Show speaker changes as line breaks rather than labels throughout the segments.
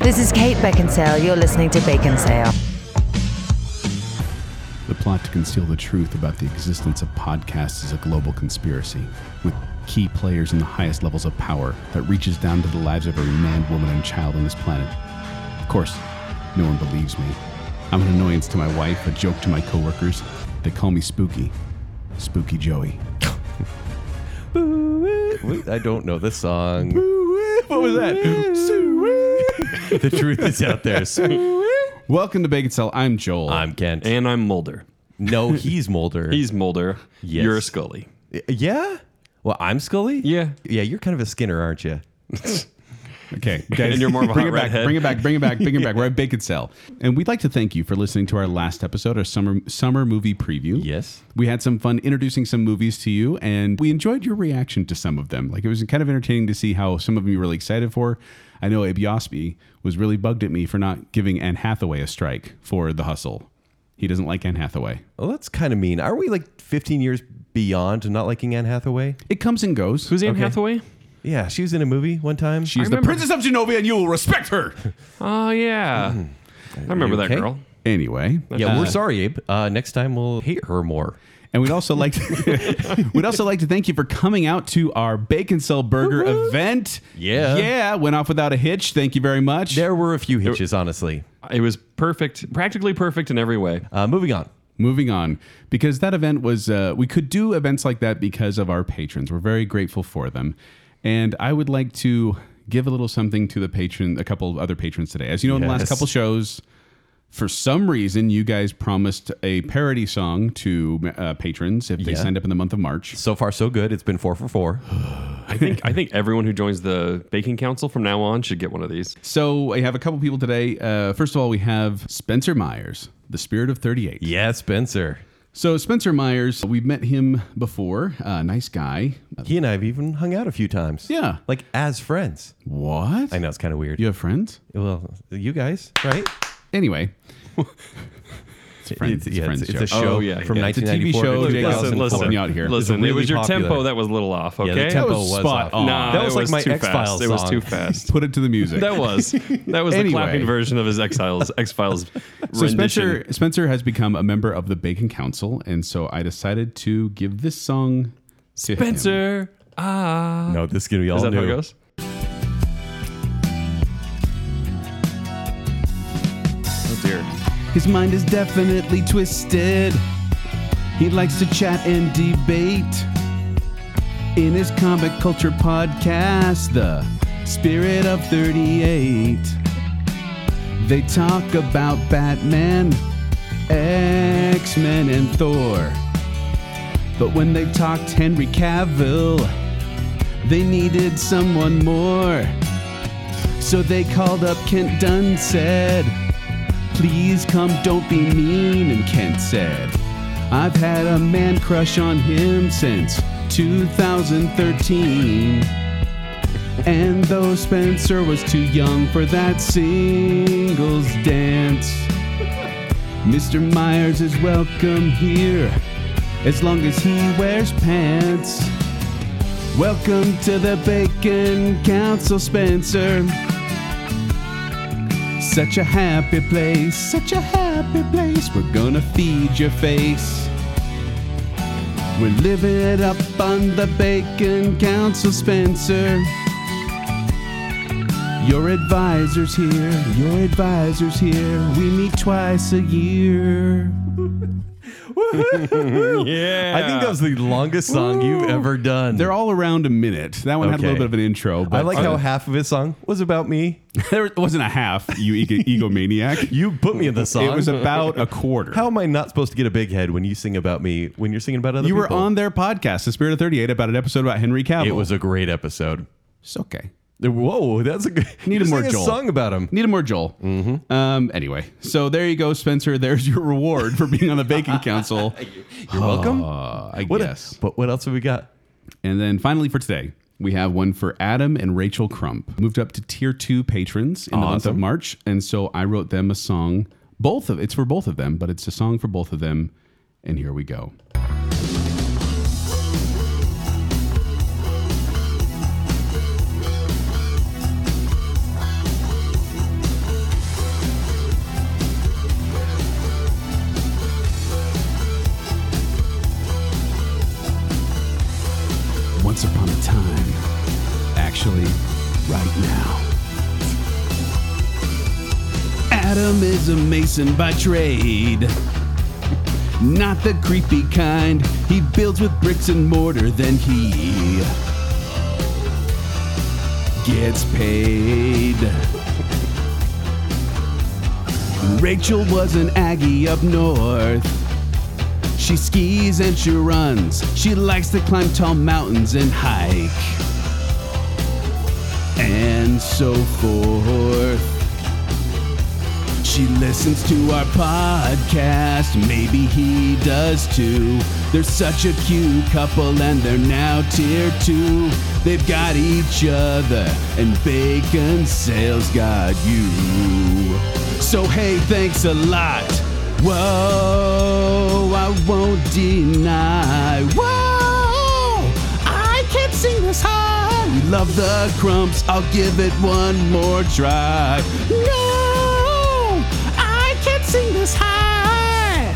This is Kate Beckinsale. You're listening to Bacon Sale.
The plot to conceal the truth about the existence of podcasts is a global conspiracy, with key players in the highest levels of power that reaches down to the lives of every man, woman, and child on this planet. Of course, no one believes me. I'm an annoyance to my wife, a joke to my coworkers. They call me Spooky. Spooky Joey.
Wait, I don't know this song. What was that? the truth is out there.
Welcome to Bacon Cell. I'm Joel.
I'm Kent.
And I'm Mulder.
no, he's Mulder.
He's Mulder.
Yes.
You're Scully.
yeah. Well, I'm Scully.
Yeah.
Yeah, you're kind of a Skinner, aren't you?
Okay,
And you're more of a
bring
hot
it back,
redhead.
bring it back, bring it back, bring it back. We're at Bacon Cell, and we'd like to thank you for listening to our last episode, our summer summer movie preview.
Yes.
we had some fun introducing some movies to you, and we enjoyed your reaction to some of them. Like it was kind of entertaining to see how some of them you were really excited for. I know Abe Yosby was really bugged at me for not giving Anne Hathaway a strike for The Hustle. He doesn't like Anne Hathaway.
Well, that's kind of mean. Are we like 15 years beyond not liking Anne Hathaway?
It comes and goes.
Who's Anne Hathaway?
Yeah, she was in a movie one time.
She's the
remember-
Princess of Genovia, and you will respect her.
Oh yeah. I remember that
Mm. okay?
girl.
anyway,
yeah, we're sorry, Abe. Uh, next time we'll hate her more.
And we'd also like to, we'd also like to thank you for coming out to our Bacon Cell Burger event.
Yeah.
yeah, went off without a hitch. Thank you very much.
There were a few hitches, honestly.
It was perfect, practically perfect in every way.
Uh, moving on.
Moving on, because that event was uh, we could do events like that because of our patrons. We're very grateful for them, and I would like to give a little something to the patron, a couple of other patrons today. As you know, in the last
Yes.
couple shows. For some reason, you guys promised a parody song to uh, patrons if they
Yeah.
signed up in the month of March.
So far, so good. It's been four for four.
I think I think everyone who joins the baking council from now on should get one of these.
So I have a couple people today. Uh, first of all, we have Spencer Myers, the Spirit of 38.
Yeah, Spencer.
So Spencer Myers, we've met him before. Uh, nice guy. Uh,
He and I have even hung out a few times.
Yeah.
Like as friends.
What?
I know it's kind of weird.
You have friends?
Well, you guys, right?
Anyway. it's a friends. It's, a
yeah,
friends
it's a
show.
show
Oh, yeah,
from
yeah.
It's a TV
1994
show,
to
Jake Allison
2004.
Listen,
pulling
listen,
me out here.
listen.
It's
it was
really
your
popular.
tempo that was a little off. Okay,
the tempo
That was
was
spot
off.
on.
Nah,
That was
it
like my
too
X-Files
fast. It was
song.
too fast.
Put it to the music.
That was that was
Anyway.
the clapping version of his Exiles X Files
so
rendition.
Spencer Spencer has become a member of the Bacon Council, and so I decided to give this song to him.
Spencer, ah,
No, this is gonna be all
is that
new.
how it goes? Oh dear.
His mind is definitely twisted. He likes to chat and debate. In his comic culture podcast, The Spirit of 38, they talk about Batman, X Men, and Thor. But when they talked Henry Cavill, they needed someone more. So they called up Kent Dunstead. Please come, don't be mean. And Kent said, I've had a man crush on him since 2013. And though Spencer was too young for that singles dance, Mr. Myers is welcome here as long as he wears pants. Welcome to the Bacon Council, Spencer. Such a happy place, such a happy place. We're gonna feed your face. We're living it up on the Bacon Council, Spencer. Your advisor's here, your advisor's here. We meet twice a year.
Yeah,
I think that was the longest song you've ever done.
They're all around a minute. That one had a little
Okay.
bit of an intro, but uh,
I like how half of his song was about me.
there wasn't a half, you ego- egomaniac.
You put me in the song.
It was about a quarter.
how am I not supposed to get a big head when you sing about me when you're singing about other
you
people?
were on their podcast, The Spirit of 38, about an episode about Henry Cavill.
It was a great episode.
It's okay.
Whoa, that's a good.
Needed
you
more
sang
Joel.
a song about him.
Needed more Joel. Mm-hmm. Um, anyway, so there you go, Spencer. There's your reward for being on the baking council.
You're welcome.
Uh, I
What
guess.
but what else have we got?
and then finally for today, we have one for Adam and Rachel Crump. Moved up to tier two patrons in the month of March, and so I wrote them a song. Both of it's for both of them, but it's a song for both of them. And here we go. once upon a time. Actually, right now. Adam is a mason by trade. Not the creepy kind. He builds with bricks and mortar, then he gets paid. Rachel was an Aggie up north. She skis and she runs. She likes to climb tall mountains and hike. And so forth. She listens to our podcast. Maybe he does too. They're such a cute couple and they're now tier two. They've got each other and bacon sales got you. So hey, thanks a lot. Whoa, I won't deny. Whoa, I can't sing this high. We love the crumps. I'll give it one more try. No, I can't sing this high.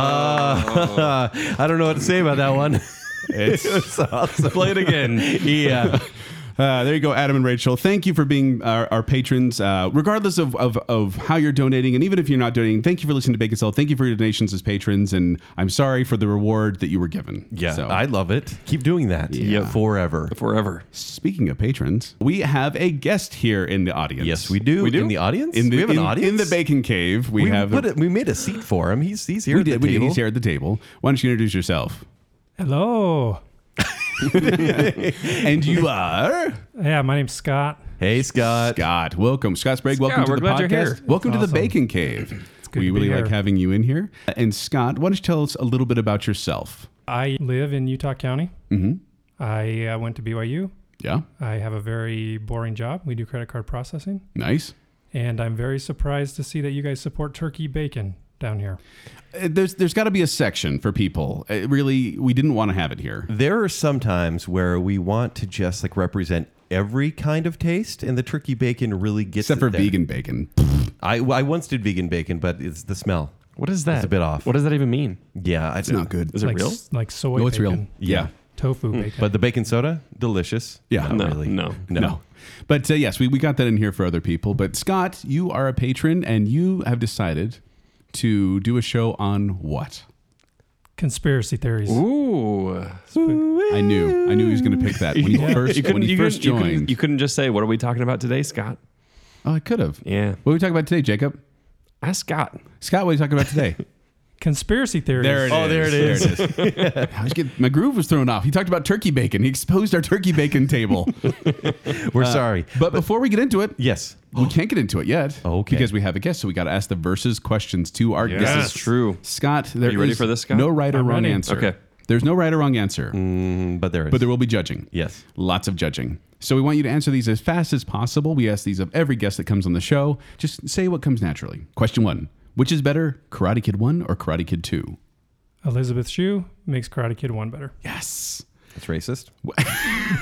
Uh, I don't know what to say about that one.
It's-
it was awesome.
Play it again.
Yeah.
Uh, there you go, Adam and Rachel. Thank you for being our, our patrons. Uh, regardless of, of, of how you're donating, and even if you're not donating, thank you for listening to Bacon Cell. Thank you for your donations as patrons, and I'm sorry for the reward that you were given.
Yeah.
So,
I love it. Keep doing that.
Yeah.
Forever.
Forever.
speaking of patrons, we have a guest here in the audience.
Yes, we do.
We do?
In the audience?
In the,
we have
in-
an audience?
in the Bacon Cave, we,
We,
have.
put it- we made a seat for him. He's, he's here
we
at the
did. We did.
table.
He's here at the table. Why don't you introduce yourself?
Hello.
And you are
Yeah, my name's Scott.
Hey, Scott.
Scott. Welcome, Scott Sprague. welcome to
we're
the
glad
podcast.
you're here.
Welcome to the
Awesome.
Bacon Cave. We
good to be
really like
here.
having you in here. And Scott, why don't you tell us a little bit about yourself?
I live in Utah County. Mm-hmm. I uh, went to BYU.
Yeah.
I have a very boring job. We do credit card processing.
Nice.
And I'm very surprised to see that you guys support turkey bacon down here.
Uh, There's there's got to be a section for people. Uh, really, we didn't want to have it here.
There are some times where we want to just like represent every kind of taste, and the turkey bacon really gets
Except
it
for
there.
vegan bacon.
I, well, I once did vegan bacon, but it's the smell.
What is that?
It's a bit off.
What does that even mean?
Yeah, I, it's
Not good.
Is it
like,
real?
s- Like soy
No, it's
bacon.
real. Yeah.
Tofu bacon.
But the bacon soda, delicious.
Yeah.
Not
No,
really.
no.
no,
No. But uh, yes, we, we got that in here for other people. But Scott, you are a patron and you have decided to do a show on what?
Conspiracy theories.
Ooh.
I knew. I knew he was going to pick that when he
Yeah.
first,
You
when
couldn't,
he
you,
first
couldn't, you,
joined.
couldn't, you couldn't just say, what are we talking about today, Scott?
oh, I could have.
Yeah.
What are we talking about today, Jacob?
Ask Scott.
Scott, what are you talking about today?
Conspiracy theories.
Oh, there it
There it is. I was getting- my groove was thrown off. He talked about turkey bacon. He exposed our turkey bacon table.
We're
Uh,
sorry.
but before we get into it,
Yes.
we can't get into it yet.
Okay.
Because we have a guest, so we got to ask the versus questions to our
Yes.
guest.
This is true.
Scott, there
you ready
is
for this, Scott?
no right or
I'm
wrong
ready.
answer.
Okay.
There's no right or wrong answer,
Mm, But there is.
but there will be judging.
yes.
Lots of judging. So we want you to answer these as fast as possible. We ask these of every guest that comes on the show. Just say what comes naturally. Question one Which is better, Karate Kid 1 or Karate Kid 2?
Elizabeth Shue makes Karate Kid 1 better.
Yes.
That's racist.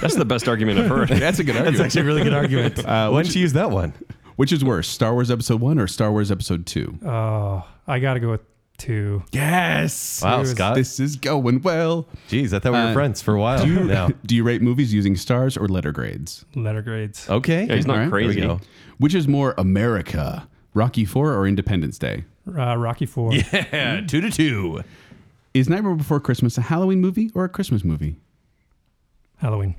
That's the best argument I've heard.
That's a good argument.
That's a really good argument. Uh, Why don't you use that one?
Which is worse, Star Wars Episode 1 or Star Wars Episode 2?
Uh,
Oh, I got to go with two.
Yes.
Wow,
Serious-
Scott.
This is going well.
Jeez, I thought we were
Uh,
friends for a while now.
Do you rate movies using stars or letter grades?
Letter grades.
Okay.
Yeah, he's not
All right, there
we
crazy.
go.
Which is more America, Rocky 4 or Independence Day?
Uh, Rocky 4.
Yeah, two to two.
Is Nightmare Before Christmas a Halloween movie or a Christmas movie?
Halloween.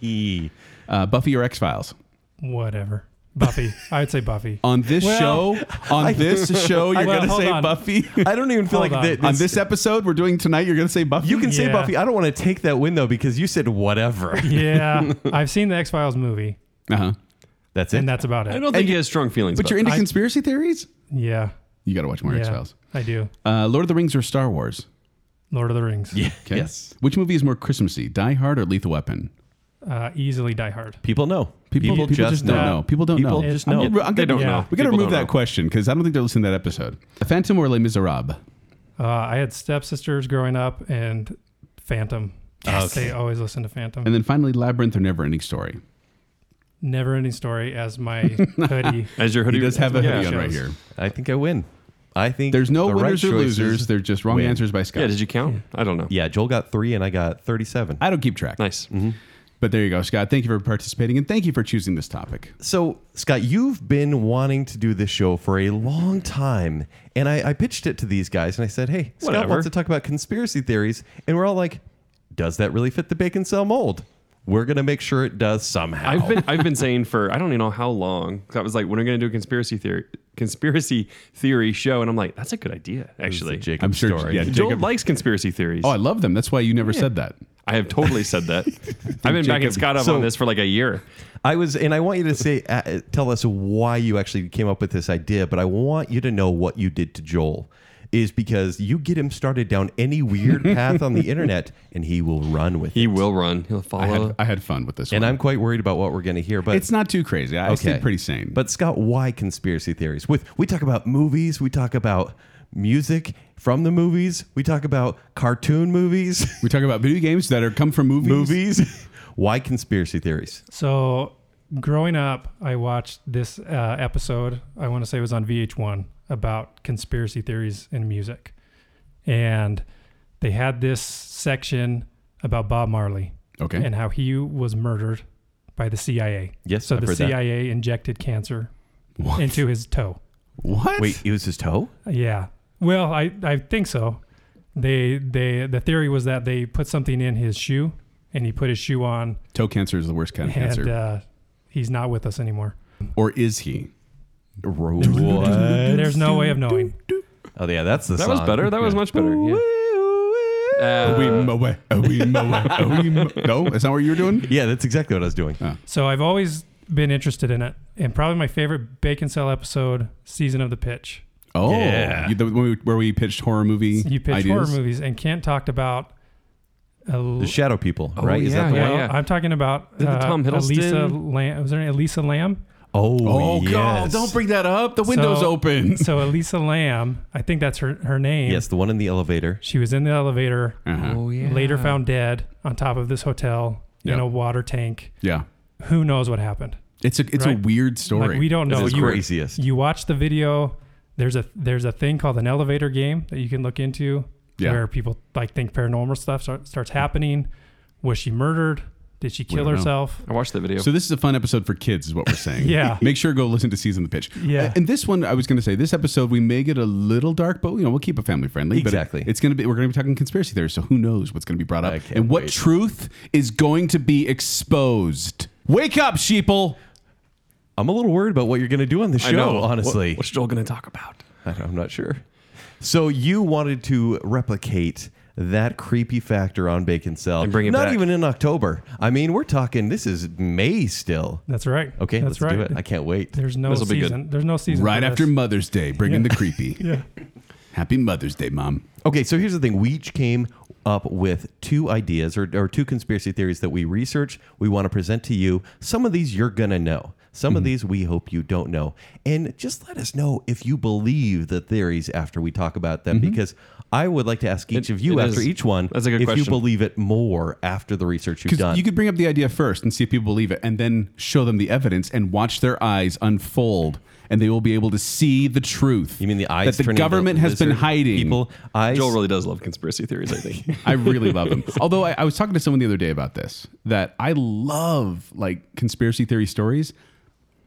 Yeah.
Uh, Buffy or X Files?
Whatever. Buffy. I would say Buffy.
On this
Well,
show, on this show, you're
Well,
going to
hold
say
on.
Buffy.
I don't even feel
Hold
like
on.
that.
on this episode we're doing tonight, you're going to say Buffy.
you can say
Yeah.
Buffy. I don't want to take that win though because you said whatever.
Yeah. I've seen the X Files movie,
Uh huh.
That's it.
and that's about it.
I don't think he has strong feelings.
But
about
you're into
it.
conspiracy theories.
yeah.
You got to watch more
Yeah.
X Files.
I do.
Uh, Lord of the Rings or Star Wars?
Lord of the Rings.
Yeah.
Okay.
Yes.
Which movie is more Christmassy, Die Hard or Lethal Weapon?
Uh, easily Die Hard.
People know.
People, people just, don't know. People don't know.
just
I'm
know.
gonna- I'm
They
gonna-
don't
Yeah.
know.
We got to
People
remove
don't
that
know.
question because I don't think they're listening to that episode. Phantom or Les Miserables?
Uh, I had stepsisters growing up and Phantom.
Okay.
They always listen to Phantom.
And then finally, Labyrinth or Never Ending Story.
Never ending story as my hoodie.
As your hoodie
He does have a
Yeah.
hoodie on right
shows.
here.
I think I win. I think
There's no
the right
winners or
choices
losers. They're just wrong
win.
answers by Scott.
Yeah, did you count? I don't know.
Yeah, Joel got three and I got 37.
I don't keep track.
Nice.
But there you go, Scott. Thank you for participating and thank you for choosing this topic.
so, Scott, you've been wanting to do this show for a long time. And I, I pitched it to these guys and I said, hey, Scott
Whatever.
wants to talk about conspiracy theories. And we're all like, does that really fit the bacon cell mold? We're going to make sure it does somehow.
I've been I've been saying for I don't even know how long. 'cause I was like, when are we gonna do a conspiracy theory conspiracy theory show? And I'm like, that's a good idea, actually.
Jacob
I'm sure-
Story.
yeah.
Joel
Jacob-
likes conspiracy theories.
Oh, I love them. That's why you never said that.
I have totally said that. I've been backing Scott up
So-
on this for like a year.
I was, and I want you to say, uh, tell us why you actually came up with this idea, but I want you to know what you did to Joel is because you get him started down any weird path on the internet and he will run with
He
it.
will run. He'll follow.
I had, I had fun with this
And
one.
I'm quite worried about what we're going to hear, but
it's not too crazy. I stayed pretty sane.
But Scott, why conspiracy theories? With we talk about movies, we talk about music from the movies, we talk about cartoon movies,
we talk about video games that are come from movies.
movies. why conspiracy theories?
So, growing up, I watched this uh, episode. I want to say it was on VH1 about conspiracy theories in music, and they had this section about Bob Marley
Okay.
and how he was murdered by the CIA.
Yes,
so
I've
the
heard that.
CIA injected cancer into his toe.
what?
Wait, it was his toe?
Yeah. Well, I, I think so. They they the theory was that they put something in his shoe and he put his shoe on
Toe cancer is the worst kind of
and
cancer.
uh, he's not with us anymore.
or is he?
What?
There's no way of knowing.
Oh yeah, that's the
that
song.
was better. That was
Yeah.
much better. Yeah. Uh,
we moe, oh, we moe, oh, we moe. No, that's not what you were doing.
Yeah, that's exactly what I was doing.
So I've always been interested in it, and probably my favorite Bacon Cell episode, Season of the Pitch.
Oh,
Yeah.
you, the, when we, where we pitched horror movie.
Mm,
You pitched
ideas?
horror movies, and Kent talked about. A,
The Shadow People, right? Is that the
Oh, yeah,
one?
yeah.
I'm talking about uh,
Did the Tom
Elisa
Hiddleston-
Lam- was there any Elisa Lamb?
Oh,
Oh
yes.
God! Don't bring that up. The window's
So-
open.
so Elisa Lamb, I think that's her her name.
Yes, the one in the elevator.
She was in the elevator,
Uh-huh.
Oh yeah.
later found dead on top of this hotel
Yeah.
in a water tank.
Yeah,
Who knows what happened?
it's a it's a
Right.
weird story.
Like we don't know.
That's the
You-
craziest.
You watch the video. There's a there's a thing called an elevator game that you can look into,
Yeah.
where people like think paranormal stuff start, starts happening. Was she murdered? Did she kill
don't know.
herself?
I watched that video.
So this is a fun episode for kids, is what we're saying.
Yeah.
Make sure to go listen to season the pitch.
Yeah.
Uh, And this one, I was going to say, this episode we may get a little dark, but you know we'll keep it family friendly. but
Exactly.
it's going to be we're going to be talking conspiracy theories, so who knows what's going to be brought up
I can't
and what
wait.
truth is going to be exposed. Wake up, sheeple!
I'm a little worried about what you're going to do on the
I
show,
know.
honestly.
What, what's Joel gonna talk about?
I don't- I'm not sure. So you wanted to replicate that creepy factor on Bacon Cell.
And bring it
Not
back.
even in October. I mean, we're talking, this is May still.
That's right.
Okay, let's
that's right.
do it. I can't wait.
There's no
This'll be good.
season. There's no season.
Right
for
after
this.
Mother's Day, bringing the creepy. yeah. Happy Mother's Day, mom.
Okay, so here's the thing. We each came up with two ideas or, or two conspiracy theories that we research, we want to present to you. Some of these you're going to know. Some
Mm-hmm.
of these we hope you don't know. And just let us know if you believe the theories after we talk about
Mm-hmm.
them, because I would like to ask each
It-
of you
it
after
is-
each one
that's a good
if you
question.
believe it more after the research you've
Because
done.
you could bring up the idea first and see if people believe it, and then show them the evidence and watch their eyes unfold, and they will be able to see the truth.
You mean the eyes
that the
turning into
government has been
lizard
hiding?
People, eyes.
Joel really does love conspiracy theories. I think.
I really love them. Although I, I was talking to someone the other day about this, that I love like conspiracy theory stories.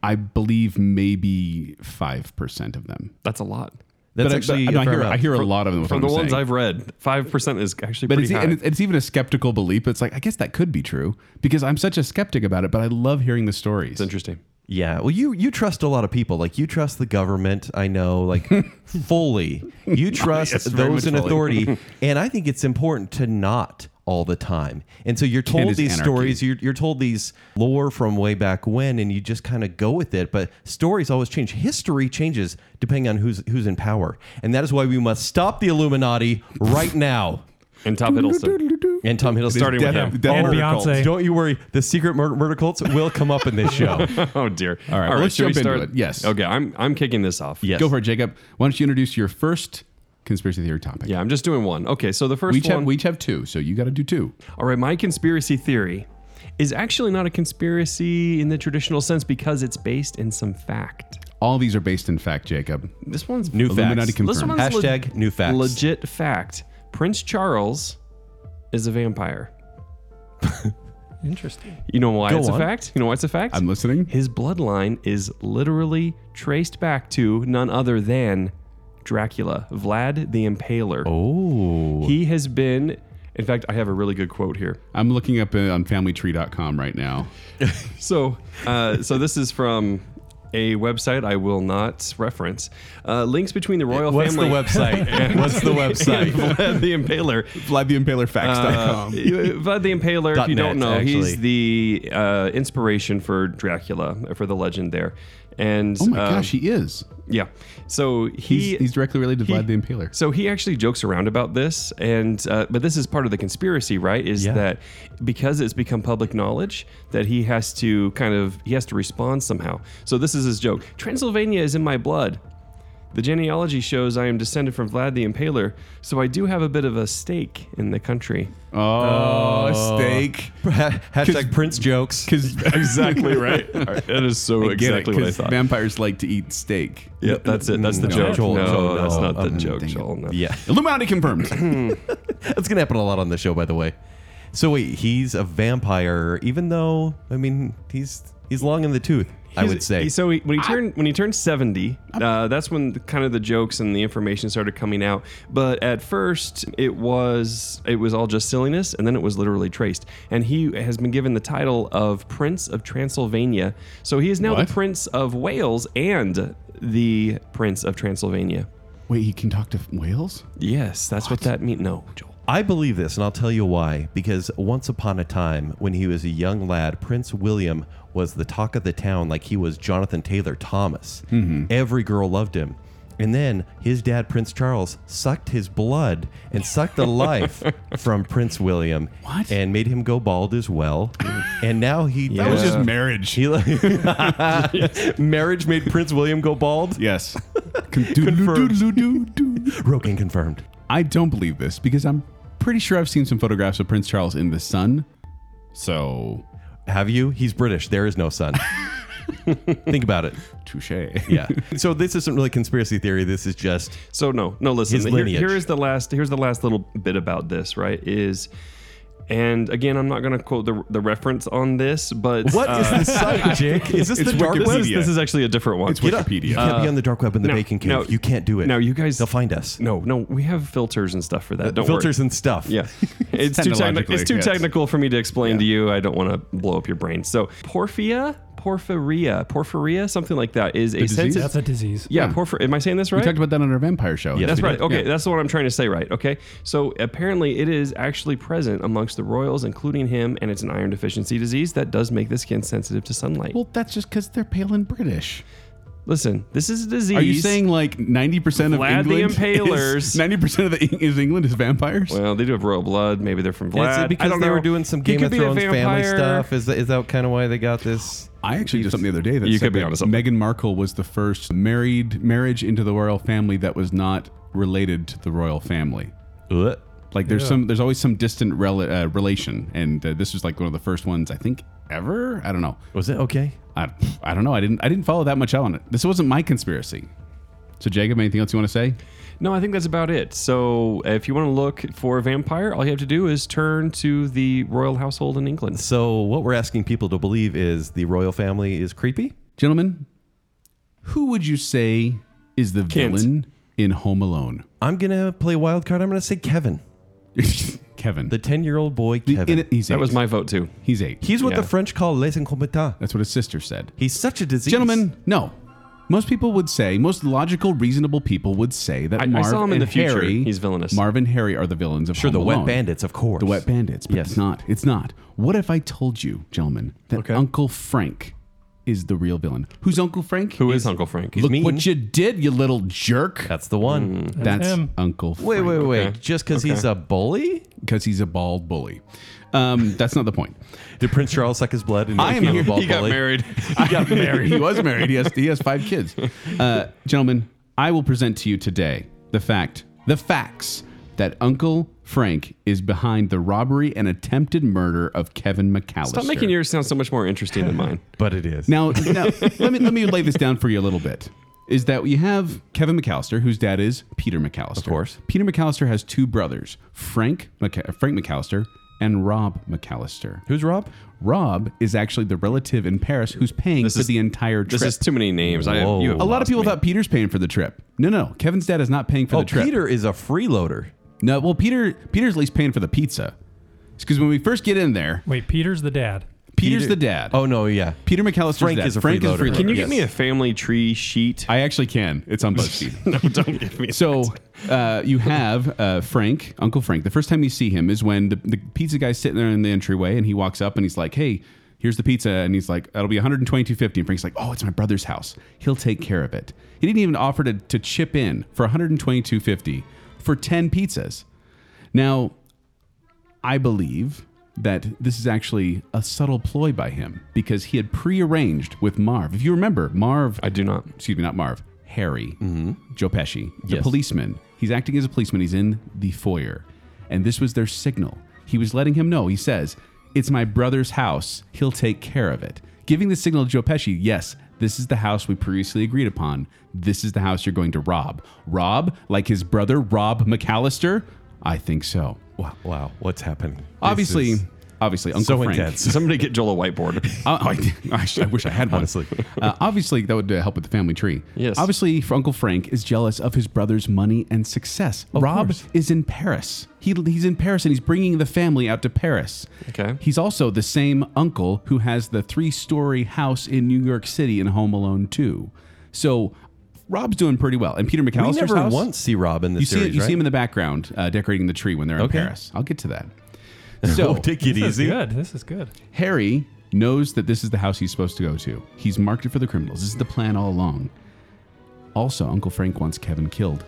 I believe maybe five percent of them.
That's a lot.
that's
but
actually.
I, but I,
a fair
hear, I
amount.
hear a lot of them. is
From
what
the
I'm
ones
saying.
I've read, five percent is actually
But
pretty
it's, e,
high.
and it's- it's even a skeptical belief. But it's like I guess that could be true because I'm such a skeptic about it. But I love hearing the stories.
it's interesting.
Yeah. Well, you you trust a lot of people. Like you trust the government. I know, like fully. You trust
Yes, very
those
much
in
fully.
authority, and I think it's important to not all the time. And so you're told
is
these
anarchy.
stories. You're you're told these lore from way back when, and you just kind of go with it. But stories always change. History changes depending on who's who's in power, and that is why we must stop the Illuminati right now.
And Tom Hiddleston.
And Tom Hiddleston,
Starting with
Death-
him.
death
And
murder
Beyonce.
cults.
Don't you worry. The secret murder, murder cults will come up in this show.
Oh dear. All
right, well, let's
should we
jump into
start?
it. Yes.
Okay, I'm I'm kicking this off.
Yes.
Go for it, Jacob. Why don't you introduce your first conspiracy theory topic?
Yeah, I'm just doing one. Okay, so the first
We each,
one.
have, we each have two, so you got to do two.
All right, my conspiracy theory is actually not a conspiracy in the traditional sense because it's based in some fact.
All these are based in fact, Jacob.
This one's
New
Illuminati
facts.
confirmed.
This one's
Hashtag new facts.
Legit fact. Prince Charles is a vampire.
Interesting.
You know why
Go
it's
on.
a fact? You know why it's a fact?
I'm listening.
His bloodline is literally traced back to none other than Dracula, Vlad the Impaler.
Oh.
He has been, in fact, I have a really good quote here.
I'm looking up uh, on familytree.com right now.
So, uh, so this is from a website I will not reference. Uh, links between the royal
What's the
family.
website? What's the
and
website?
Vlad the Impaler.
Vlad the Impaler
Uh, Vlad the Impaler, if
Dot
you
net,
don't know, he's the uh, inspiration for Dracula, uh, for the legend there. And
oh my
um,
gosh, he is.
yeah. So he
he's directly related to
he-
Vlad the Impaler.
So he actually jokes around about this, and uh, but this is part of the conspiracy, right? Is
Yeah.
that because it's become public knowledge that he has to kind of he has to respond somehow. So this is his joke: Transylvania is in my blood. The genealogy shows I am descended from Vlad the Impaler, so I do have a bit of a stake in the country. uh,
Oh, steak.
Hashtag Prince jokes.
Because
Exactly right. that is so
get it, 'cause Vampires like to eat steak.
Yep, that's it. That's the
No,
joke.
Joel,
no,
Joel,
that's
no.
not the
Um,
joke,
dang it.
Joel. No.
Yeah.
Illuminati confirmed.
That's gonna happen a lot on the show, by the way. So wait, he's a vampire, even though I mean he's he's long in the tooth. I
He's-
would say.
he- so he, when he turned when he turned seventy, uh, that's when the, kind of the jokes and the information started coming out. But at first, it was it was all just silliness, and then it was literally traced. And he has been given the title of Prince of Transylvania. So he is now
What?
the Prince of Wales and the Prince of Transylvania.
Wait, he can talk to whales?
Yes, that's what, that means. No, Joel.
I believe this, and I'll tell you why. Because once upon a time, when he was a young lad, Prince William was the talk of the town, like he was Jonathan Taylor Thomas.
Mm-hmm.
Every girl loved him. And then his dad, Prince Charles, sucked his blood and sucked the life from Prince William
What?
and made him go bald as well. and now he
That was
Yeah.
just marriage.
He marriage made Prince William go bald.
yes. Confirmed.
Rogan confirmed.
I don't believe this because I'm pretty sure I've seen some photographs of Prince Charles in the sun. So,
Have you? He's British. There is no sun. Think about it.
touche.
Yeah. So this isn't really conspiracy theory. This is just
So no, no. Listen,
His
here-
lineage.
here is the last. Here's the last little bit about this. Right is, and again, I'm not going to quote the, the reference on this, but
what is the site, uh, Jake? Is this
It's
the dark
This
web? Uh,
is,
Wikipedia.
this is actually a different one.
It's
Get up.
Wikipedia.
You can't be on the dark web in the
no,
bacon cave.
no.
you can't do it.
No, you guys-
They'll find us.
no, no, we have filters and stuff for
Uh,
that. Don't
Filters
worry.
and stuff.
yeah, it's too technical.
Technologically,
It's too
yes.
technical for me to explain to you. I don't want to blow up your brain. So porphia, porphyria, porphyria, something like that is a
disease?
sense.
That's a disease.
yeah, porphyria. Am I saying this right?
We talked about that on our vampire show.
Yes,
That's
we
right.
did.
Okay,
Yeah.
that's what I'm trying to say, right? Okay. So apparently it is actually present amongst the royals, including him, and it's an iron deficiency disease that does make the skin sensitive to sunlight.
Well, that's just because they're pale and British.
Listen, this is a disease.
Are you saying like 90% of
Vlad the
England?
Impalers.
Is, 90% of the, is England is vampires?
Well, they do have royal blood. Maybe they're from
Is
Vlad.
it because
I don't
they
know.
were doing some
He
Game
could
of
be a
Thrones family
vampire.
stuff? Is that, is that kind of why they got this?
I actually did something the other day that
You
said
could be
that
onto something.
Meghan Markle was the first married marriage into the royal family that was not related to the royal family.
Ugh.
Like there's
Yeah.
some there's always some distant rel- uh, relation, and uh, this was like one of the first ones I think ever. I don't know.
Was it okay?
I, I don't know. I didn't I didn't follow that much out on it. This wasn't my conspiracy. So Jacob, anything else you want to say?
No, I think that's about it. So if you want to look for a vampire, all you have to do is turn to the royal household in England.
So what we're asking people to believe is the royal family is creepy.
Gentlemen, who would you say is the
Kent.
villain in Home Alone?
I'm gonna play wild card. I'm gonna say Kevin,
Kevin.
the ten year old boy
The-
Kevin.
in it- he's
That
eight.
was my vote too.
He's eight.
He's what
Yeah.
the French call les incompetents.
That's what his sister said.
He's such a disease,
Gentlemen, no. Most people would say, most logical, reasonable people would say that
I- I
Marv
saw him in
and
the future.
Harry,
He's villainous.
Marv and Harry are the villains of
Sure, the
Home
wet
Alone.
bandits, of course.
The wet bandits, but
Yes.
it's not. It's not. What if I told you, gentlemen, that Uncle Frank is the real villain? Who's Uncle Frank?
Who is Uncle Frank?
Look
mean.
what you did, you little jerk.
That's the one.
That's
him.
Uncle Frank.
Wait, wait, wait. Just because he's a bully?
Because he's a bald bully. Um, that's not the point.
Did Prince Charles suck his blood? And
I am
became a
here-
bald
he got
bully?
married.
he got married. He was married. He has, he has five kids. Uh, gentlemen, I will present to you today the fact, the facts that Uncle Frank is behind the robbery and attempted murder of Kevin McAllister.
Stop making yours sound so much more interesting than mine.
But it is.
Now, now let me let me lay this down for you a little bit. Is that you have Kevin McAllister, whose dad is Peter McAllister. Of
course.
Peter McAllister has two brothers, Frank Mc- Frank McAllister and Rob McAllister.
Who's Rob?
Rob is actually the relative in Paris who's paying
This
for
is-
the entire trip.
This is too many names. I
Whoa.
you have
a lot of
lost
people
me.
thought Peter's paying for the trip. No, no, Kevin's dad is not paying for
Oh,
the trip.
Peter is a freeloader.
No, well, Peter Peter's at least paying for the pizza. Because when we first get in there,
Wait, Peter's the dad.
Peter's
Peter-
the dad.
Oh no, yeah.
Peter McAllister's
Frank
dad.
is a
Frank is a
freeloader.
freeloader.
Can you
yes.
give me a family tree sheet?
I actually can. It's on BuzzFeed.
no, don't give me.
So uh, you have uh, Frank, Uncle Frank. The first time you see him is when the, the pizza guy's sitting there in the entryway, and he walks up and he's like, "Hey, here's the pizza," and he's like, "That'll be 122.50." And Frank's like, "Oh, it's my brother's house. He'll take care of it." He didn't even offer to, to chip in for 122.50 for 10 pizzas. Now, I believe that this is actually a subtle ploy by him because he had prearranged with Marv. If you remember, Marv
I do not.
excuse me, not Marv, Harry, Joe Pesci, the
Mm-hmm. Yes.
policeman. He's acting as a policeman. He's in the foyer. And this was their signal. He was letting him know. He says, It's my brother's house. He'll take care of it. Giving the signal to Joe Pesci, yes, this is the house we previously agreed upon. This is the house you're going to rob. Rob, like his brother, Rob McAllister? I think so.
Wow, wow what's happening? This
Obviously,
is
obviously, Uncle
so
Frank.
intense.
Somebody get Joel a whiteboard.
Uh, oh, I, did- I sh- I wish I had one.
Honestly.
Uh, obviously, that would uh, help with the family tree.
Yes.
Obviously, for Uncle Frank is jealous of his brother's money and success. Rob
course.
is in Paris. He, he's in Paris and he's bringing the family out to Paris.
Okay.
He's also the same uncle who has the three story house in New York City in Home Alone 2. So Rob's doing pretty well. And Peter
We
McAllister's
never
house,
once see Rob in the
you see,
series.
you
right?
see him in the background uh, decorating the tree when they're in
Okay.
Paris. I'll get to that. So,
Oh, take it
This is
easy.
good. This is good.
Harry knows that this is the house he's supposed to go to. He's marked it for the criminals. This is the plan all along. Also, Uncle Frank wants Kevin killed.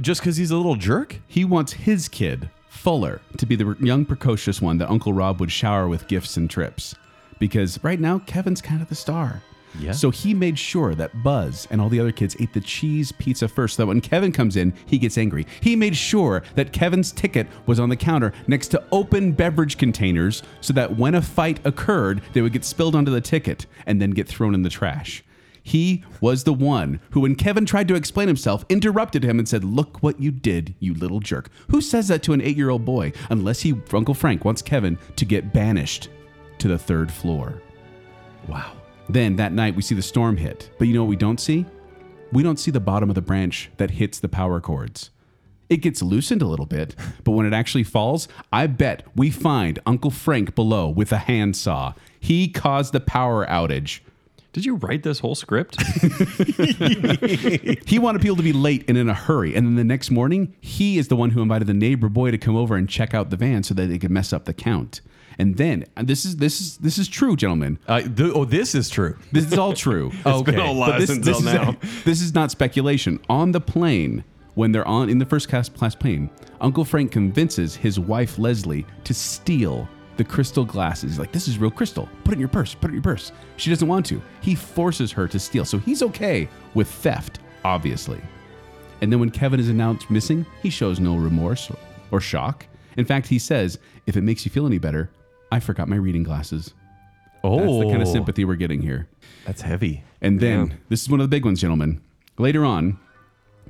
Just because he's a little jerk.
He wants his kid, Fuller, to be the young, precocious one that Uncle Rob would shower with gifts and trips. Because right now, Kevin's kind of the star.
Yeah.
So he made sure that Buzz and all the other kids ate the cheese pizza first, so that when Kevin comes in, he gets angry. He made sure that Kevin's ticket was on the counter next to open beverage containers so that when a fight occurred, they would get spilled onto the ticket and then get thrown in the trash. He was the one who, when Kevin tried to explain himself, interrupted him and said, Look what you did, you little jerk. Who says that to an eight year old boy unless he, Uncle Frank, wants Kevin to get banished to the third floor? Wow. Then that night we see the storm hit. But you know what we don't see? We don't see the bottom of the branch that hits the power cords. It gets loosened a little bit, but when it actually falls, I bet we find Uncle Frank below with a handsaw. He caused the power outage.
Did you write this whole script?
He wanted people to be late and in a hurry. And then the next morning, he is the one who invited the neighbor boy to come over and check out the van so that they could mess up the count. And then and this is this is this is true, gentlemen.
Uh, th- oh, this is true.
This is all true.
been a
lot since
this
till
is,
now.
This is not speculation. On the plane, when they're on in the first class, class plane, Uncle Frank convinces his wife Leslie to steal the crystal glasses. He's like, "This is real crystal. Put it in your purse. Put it in your purse." She doesn't want to. He forces her to steal. So he's okay with theft, obviously. And then when Kevin is announced missing, he shows no remorse or, or shock. In fact, he says, "If it makes you feel any better, I forgot my reading glasses."
Oh,
That's the kind of sympathy we're getting here.
That's heavy.
And then
Yeah.
this is one of the big ones, gentlemen. Later on,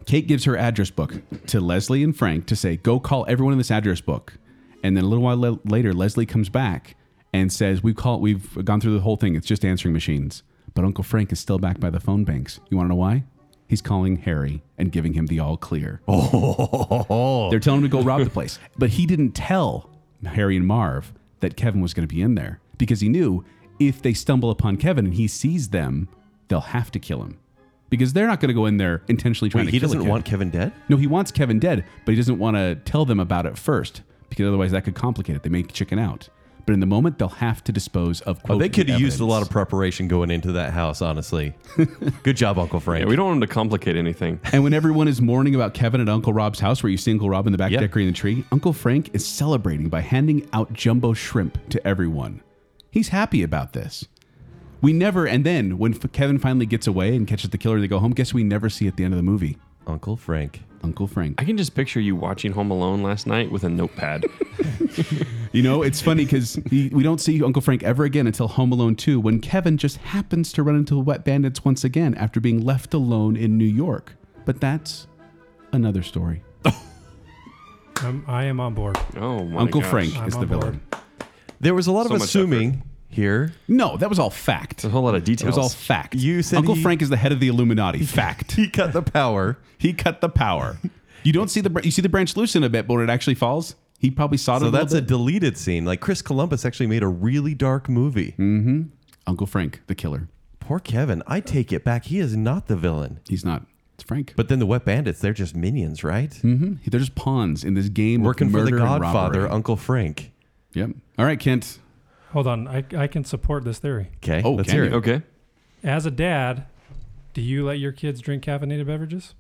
Kate gives her address book to Leslie and Frank to say, "Go call everyone in this address book." And then a little while le- later, Leslie comes back and says, "We've called. We've gone through the whole thing. It's just answering machines." But Uncle Frank is still back by the phone banks. You want to know why? He's calling Harry and giving him the all clear. They're telling him to go rob the place. But he didn't tell Harry and Marv that Kevin was going to be in there because he knew if they stumble upon Kevin and he sees them, they'll have to kill him because they're not going to go in there intentionally trying to
Wait, he
kill a
doesn't
kid.
want Kevin dead.
No, he wants Kevin dead, but he doesn't want to tell them about it first because otherwise that could complicate it. They may chicken out. But in the moment, they'll have to dispose of. Quote,
Oh, they could have used a lot
evidence.
of preparation going into that house. Honestly, good job, Uncle Frank.
yeah, we don't want him to complicate anything.
And when everyone is mourning about Kevin at Uncle Rob's house, where you see Uncle Rob in the back
Yeah.
decorating the tree, Uncle Frank is celebrating by handing out jumbo shrimp to everyone. He's happy about this. We never, and then when F- Kevin finally gets away and catches the killer, they go home. Guess who we never see at the end of the movie
Uncle Frank.
Uncle Frank.
I can just picture you watching Home Alone last night with a notepad.
You know, it's funny because we don't see Uncle Frank ever again until Home Alone 2 when Kevin just happens to run into the wet bandits once again after being left alone in New York. But that's another story.
I'm, I am on board.
Oh my
Uncle
gosh.
Frank
I'm
is the
on board.
villain.
There was a lot
So
of
much
assuming here.
No, that was all fact.
There's a whole lot of
That
details.
was all fact.
You said
Uncle
he-
Frank is the head of the Illuminati. Fact.
He cut the power.
he cut the power. You don't see the br- you see the branch loosen a bit, but when it actually falls, he probably saw it. a
So
little
that's a
bit.
deleted scene. Like Chris Columbus actually made a really dark movie.
Mm. Uncle Frank, the killer.
Poor Kevin. I take it back. He is not the villain.
He's not. It's Frank.
But then the Wet Bandits, they're just minions, right?
Mhm. They're just pawns in this game. of
Working for the
murder and
Godfather,
robbery.
Uncle Frank.
Yep. All right, Kent.
Hold on, I, I can support this theory.
Okay.
Oh,
let's
can
hear
you?
it.
Okay.
As a dad, do you let your kids drink caffeinated beverages?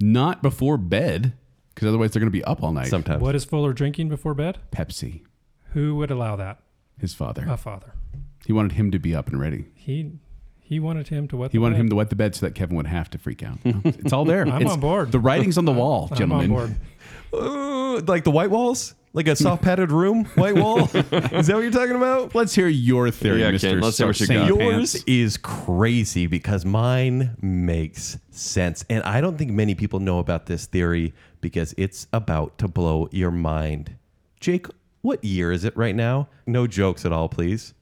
Not before bed, because otherwise they're going to be up all night.
Sometimes.
What is Fuller drinking before bed?
Pepsi,
Who would allow that?
his father.
A father.
he wanted him to be up and ready.
He he wanted him to wet.
He
the
wanted
bed.
him to wet the bed so that Kevin would have to freak out. it's all there.
I'm
It's-
on board.
The writing's on the wall,
I'm
gentlemen.
on board.
Uh, like the white walls? Like a soft padded room? White wall? is that what you're talking about?
Let's hear your theory,
Yeah,
Mr.
Ken, let's hear what you
Sarsan
got.
Pants.
Yours is crazy because mine makes sense. And I don't think many people know about this theory because it's about to blow your mind. Jake, what year is it right now? No jokes at all, please.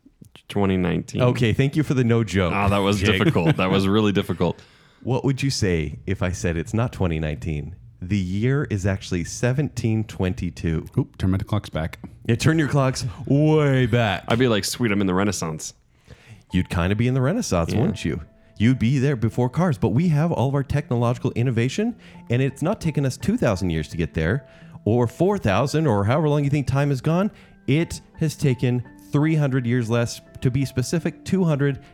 2019.
Okay, thank you for the no joke.
Ah, that was
Jake.
difficult. That was really difficult.
What would you say if I said it's not 2019? The year is actually 1722.
Oop, turn my clocks back.
Yeah, turn your clocks way back.
I'd be like, sweet, I'm in the Renaissance.
You'd kind of be in the Renaissance, wouldn't you? You'd be there before cars. But we have all of our technological innovation, and it's not taken us 2,000 years to get there, or 4,000, or however long you think time has gone. It has taken 300 years less. To be specific,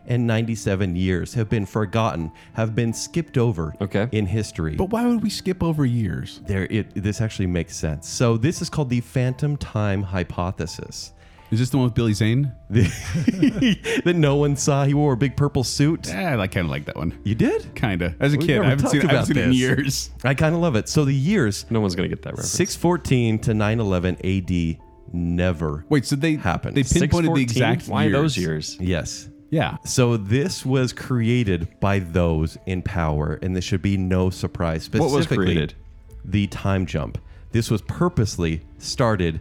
297 years have been forgotten, have been skipped over
Okay.
in history.
But why would we skip over years?
there it this actually makes sense so this is called the phantom time hypothesis
Is this the one with Billy Zane?
that no one saw he wore a big purple suit
Yeah, Eh, I kind of like that one.
you did
Kinda. As a
We've
kid,
never
I haven't
talked
seen, I haven't
about
seen it in
this.
years.
i kind of love it so the years
No one's going to get that reference.
614 to 911 ad never
Wait, so they
Happened.
They pinpointed the
614?
exact
Why
years.
those years?
yes
Yeah.
so this was created by those in power and this should be no surprise
was
specifically
created?
the time jump this was purposely started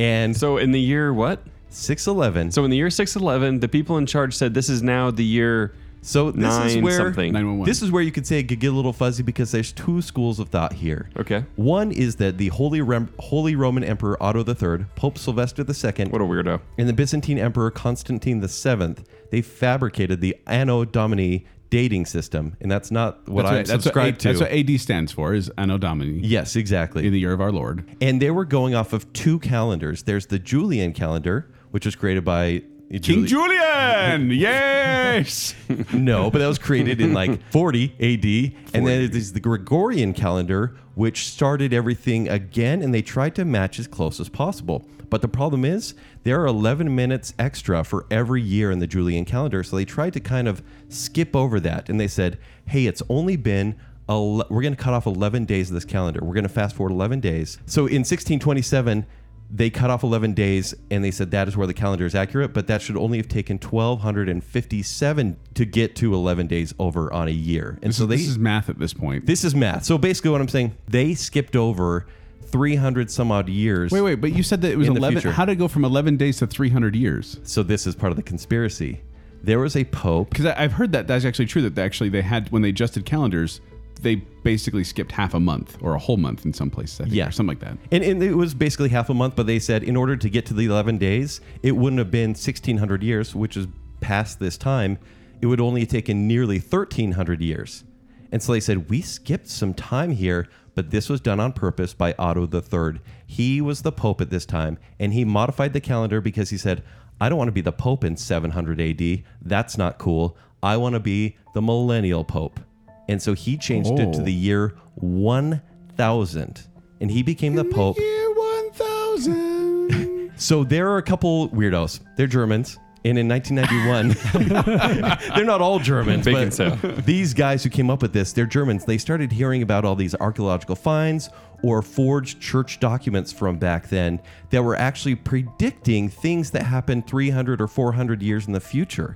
and
So in the year what?
611
So in the year 611, the people in charge said this is now the year.
So this is
Nine
where
something.
911.
this is where you could say it could get a little fuzzy because there's two schools of thought here.
Okay.
One is that the Holy Rem- Holy Roman Emperor Otto III, Pope Sylvester II,
What a weirdo.
and the Byzantine Emperor Constantine VII, they fabricated the Anno Domini dating system, and that's not what I subscribe
what,
to.
That's what AD stands for is Anno Domini
yes, exactly.
in the year of our Lord.
and they were going off of two calendars. There's the Julian calendar, which was created by
King
Juli-
Julian! yes!
No, but that was created in like 40 AD. And then it is the Gregorian calendar, which started everything again, and they tried to match as close as possible. But the problem is, there are 11 minutes extra for every year in the Julian calendar. So they tried to kind of skip over that. And they said, hey, it's only been. Ele- we're going to cut off 11 days of this calendar. We're going to fast forward 11 days. So in 1627, they cut off 11 days and they said that is where the calendar is accurate, but that should only have taken 1,257 to get to 11 days over on a year. And so they,
this is math at this point.
this is math. So basically, what I'm saying, they skipped over 300 some odd years.
wait, wait, but you said that it was
In the
11.
future.
How did it go from 11 days to 300 years?
So this is part of the conspiracy. There was a pope.
Because I've heard that that's actually true, that they actually they had, when they adjusted calendars, they basically skipped half a month or a whole month in some places, I think,
Yeah.
or something like that.
And, and it was basically half a month, but they said in order to get to the 11 days, it wouldn't have been 1600 years, which is past this time. It would only have taken nearly 1300 years. And so they said, we skipped some time here, but this was done on purpose by Otto III. He was the Pope at this time, and he modified the calendar because he said, I don't want to be the Pope in 700 AD. That's not cool. I want to be the millennial Pope. And so he changed it to
Oh.
the year 1000 and he became the pope
Year 1000.
so there are a couple weirdos they're germans And in 1991, they're not all Germans,
Bacon
but
cell.
these guys who came up with this, they're Germans. They started hearing about all these archaeological finds or forged church documents from back then that were actually predicting things that happened 300 or 400 years in the future.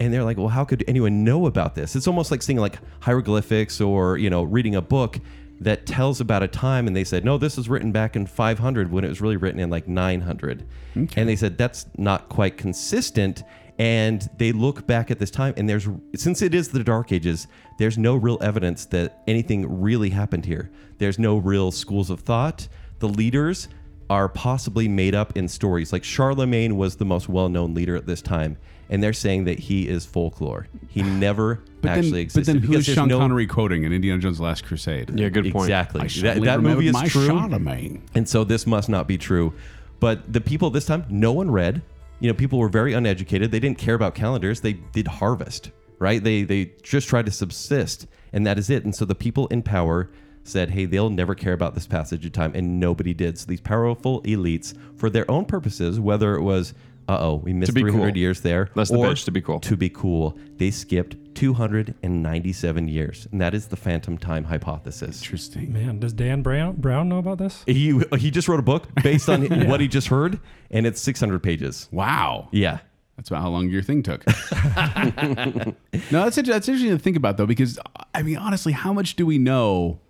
And they're like, well, how could anyone know about this? It's almost like seeing like hieroglyphics or, you know, reading a book that tells about a time and they said no this was written back in 500 when it was really written in like 900 and they said that's not quite consistent and they look back at this time and there's since it is the dark ages there's no real evidence that anything really happened here there's no real schools of thought the leaders are possibly made up in stories like charlemagne was the most well-known leader at this time and they're saying that he is folklore he never
But
actually
then, but
existed
then
because
who's
there's
Sean
no-
Connery quoting in Indiana Jones: Last Crusade?
Yeah, good point.
Exactly.
I
That,
certainly
that movie
remember
is
my
true.
Charlemagne.
And so this must not be true. But the people this time, no one read. You know, people were very uneducated. They didn't care about calendars. They did harvest, right? They they just tried to subsist, and that is it. And so the people in power said, "Hey, they'll never care about this passage of time," and nobody did. So these powerful elites, for their own purposes, whether it was, "Uh oh, we missed
be
300
cool.
years there,"
That's the bitch, to be cool.
To be cool, they skipped 297 years, and that is the phantom time hypothesis.
Interesting.
Man, does Dan Brown Brown know about this?
He he just wrote a book based on what he just heard, and it's 600 pages.
Wow.
Yeah.
That's about how long your thing took. no, that's that's interesting to think about though, because I mean, honestly, how much do we know?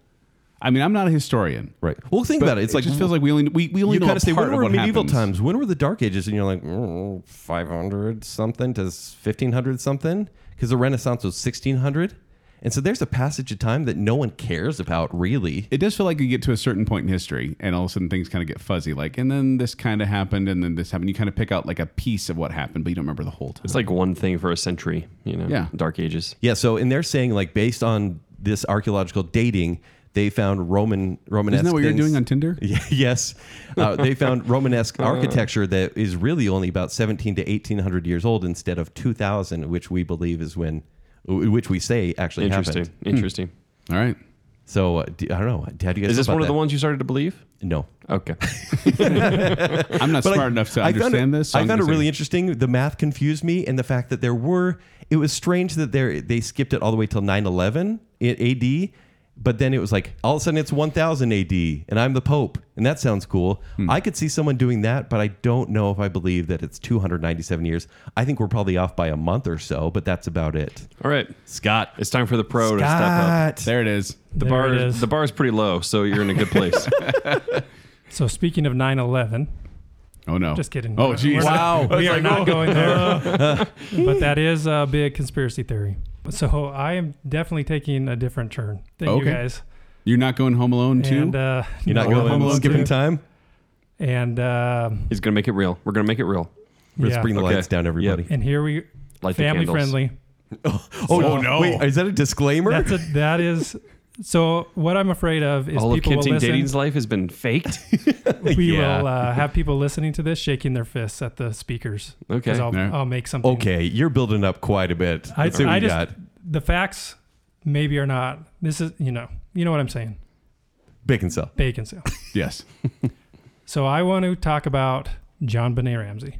I mean, I'm not a historian,
Right. Well, think
But
about it. It's
it
like
just feels like we only we, we only
you
know
kind of
a
say
part
when
of
were
what
medieval
happens.
times? When were the Dark Ages? And you're like mm, 500 something to 1500 something because the Renaissance was 1600, and so there's a passage of time that no one cares about really.
It does feel like you get to a certain point in history, and all of a sudden things kind of get fuzzy. Like, and then this kind of happened, and then this happened. You kind of pick out like a piece of what happened, but you don't remember the whole time.
It's like one thing for a century, you know.
Yeah.
Dark Ages.
Yeah. So and they're saying like based on this archaeological dating, they found Roman
Isn't
Romanesque.
that what you're
things-
doing on Tinder?
Yeah, yes, uh, they found Romanesque
Uh.
architecture that is really only about 17 to 1800 years old instead of 2000, which we believe is when, which we say actually
Interesting.
happened.
Hmm.
Interesting.
All right.
So uh, do, I don't know. How do you guys?
Is this
feel
one of
about
the ones you started to believe?
that? No.
Okay.
I'm not smart
I-
enough to
I found
understand
it-
this. so
I
I'm
found it
gonna say-
really interesting. The math confused me, and the fact that there were it was strange that there they skipped it all the way till 9/11 in AD, but then it was like all of a sudden it's 1000 AD, and I'm the Pope, and that sounds cool.
Hmm.
I could see someone doing that, but I don't know if I believe that it's 297 years. I think we're probably off by a month or so, but that's about it.
All right.
Scott,
It's time for the pro to step up.
Scott,
There it is.
The
There
bar
it is.
the bar is pretty low, so you're in a good place.
So speaking of 9/11,
Oh no.
just kidding.
Oh
We're-
jeez. oh.
we're not-
Wow.
we are not going there. but that is a big conspiracy theory. So I am definitely taking a different turn than
Okay.
you guys.
You're not going Home Alone too.
And uh,
you're not
no,
going
Home Alone
skipping
too.
time.
And um,
He's gonna make it real. We're gonna make it real.
Let's
yeah.
bring the
Okay.
lights down, everybody.
and here we
Light the
family
candles.
friendly.
Oh,
So-
no.
Wait, is that a disclaimer?
That's a that is. So what I'm afraid of is
All of
people will
Kenting
listen.
Dating's life has been faked.
we
Yeah.
will uh, have people listening to this shaking their fists at the speakers. 'Cause
Okay.
I'll,
Yeah.
I'll make something.
Okay, you're building up quite a bit.
I,
Let's see what
I
you
just
got.
the facts maybe are not. This is you know you know what I'm saying.
Bacon cell.
Bacon sale.
Yes.
so I want to talk about John Benet Ramsey.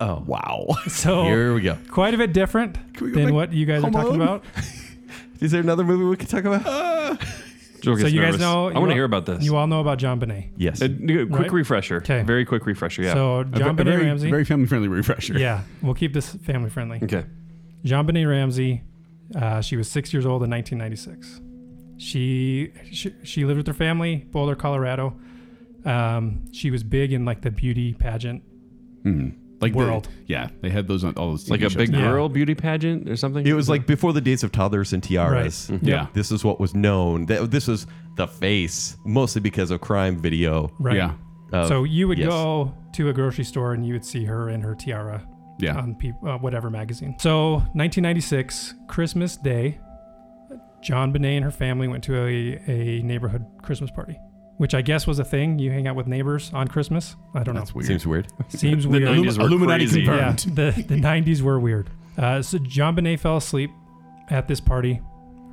Oh wow!
So
Here we go.
quite a bit different
we go
than
back
what you guys are
Home Alone?
talking about.
Is there another movie we could talk about?
Joel
So
gets
you guys
nervous.
know.
I want
you
to
all-
hear about this.
You all know about John Benet.
Yes.
A quick
Right?
refresher.
'Kay.
Very quick refresher. Yeah.
So
A
John
ve- a
Benet
very,
Ramsey.
Very family friendly refresher.
Yeah, we'll keep this family friendly.
okay.
John Benet Ramsey, uh, she was six years old in 1996. She, she she lived with her family, Boulder, Colorado. Um, she was big in like the beauty pageant.
Mhm. Like the-
World.
yeah, they had those on all those.
Like
TV
a
shows.
big
Yeah.
girl beauty pageant or something.
it was like before the days of toddlers and tiaras.
Mm-hmm.
Mm-hmm.
Yeah.
This is what was known. Th- This was the face, mostly because of crime video. Uh,
Right.
Yeah.
of-
so you would
yes.
go to a grocery store and you would see her in her tiara
Yeah.
on peop uh, whatever magazine. So 1996 Christmas Day, John Benet and her family went to a, a neighborhood Christmas party, which I guess was a thing. You hang out with neighbors on Christmas. I don't
That's
know.
weird.
Seems weird.
Seems weird.
Illumi- Illuminati confirmed.
Yeah, the, the 90s were weird. Uh, so John Bonet fell asleep at this party.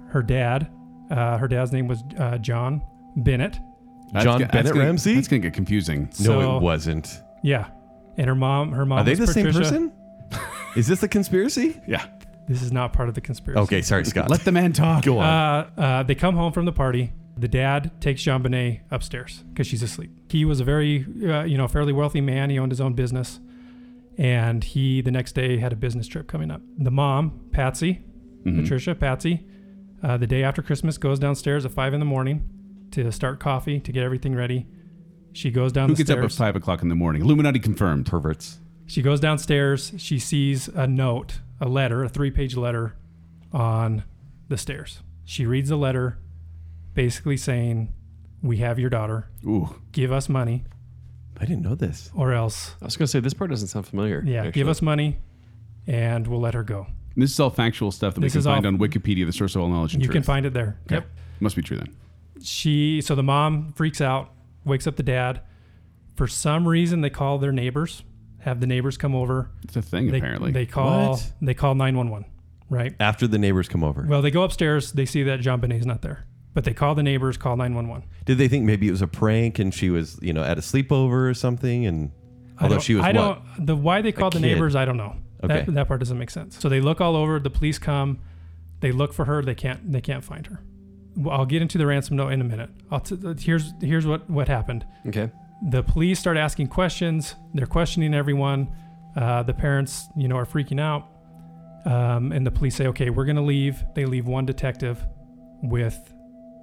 Her dad, uh, her dad's name was uh, John Bennett.
That's
John
go- that's
Bennett
gonna-
Ramsey?
That's gonna get confusing.
No,
So-
it wasn't.
Yeah. And her mom, her mom
Are they
was
the same
Patricia.
person? Is this a conspiracy?
Yeah.
This is not part of the conspiracy.
Okay, sorry, Scott.
Let the man talk.
go
Uh,
on.
uh, they come home from the party. The dad takes Jean Bonnet upstairs because she's asleep. He was a very, uh, you know, fairly wealthy man. He owned his own business. And he, the next day, had a business trip coming up. The mom, Patsy,
Mm-hmm.
Patricia, Patsy, uh, the day after Christmas goes downstairs at five in the morning to start coffee, to get everything ready. She goes down
Who
the
gets up at
stairs.
five o'clock in the morning? Illuminati confirmed.
Perverts.
She goes downstairs. She sees a note, a letter, a three page letter on the stairs. She reads the letter, basically saying, We have your daughter.
Ooh,
Give us money,
I didn't know this.
or else,
I was going to say, this part doesn't sound familiar.
yeah, give
actually.
us money and we'll let her go.
this is all factual stuff that
This
we
is
can find
all-
on Wikipedia, the source of all knowledge. And
You can
truth.
find it there. Yep.
Must be true then.
She, so the mom freaks out, wakes up the dad. For some reason, they call their neighbors, have the neighbors come over.
It's a thing
They,
apparently.
they call,
What?
they call 911, right?
After the neighbors come over,
Well, they go upstairs. They see that John Benet's not there, but they call the neighbors, call 911.
did they think maybe it was a prank and she was, you know, at a sleepover or something? And although she was
I
what?
don't, the why they called the
kid.
neighbors, I don't know.
Okay.
That, that part doesn't make sense. So they look all over. The police come. They look for her. They can't. They can't find her. Well, I'll get into the ransom note in a minute. I'll t- here's here's what what happened.
Okay.
the police start asking questions. They're questioning everyone. Uh, the parents, you know, are freaking out. Um, and the police say, "Okay, we're going to leave." They leave one detective with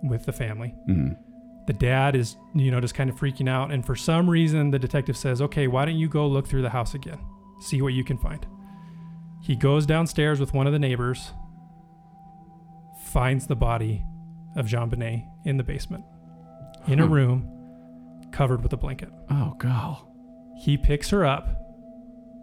with the family.
Mhm.
The dad is, you know, just kind of freaking out. And for some reason, the detective says, "Okay, why don't you go look through the house again, see what you can find." He goes downstairs with one of the neighbors, finds the body of Jean Bonnet in the basement, in a
Huh.
room covered with a blanket.
Oh god.
He picks her up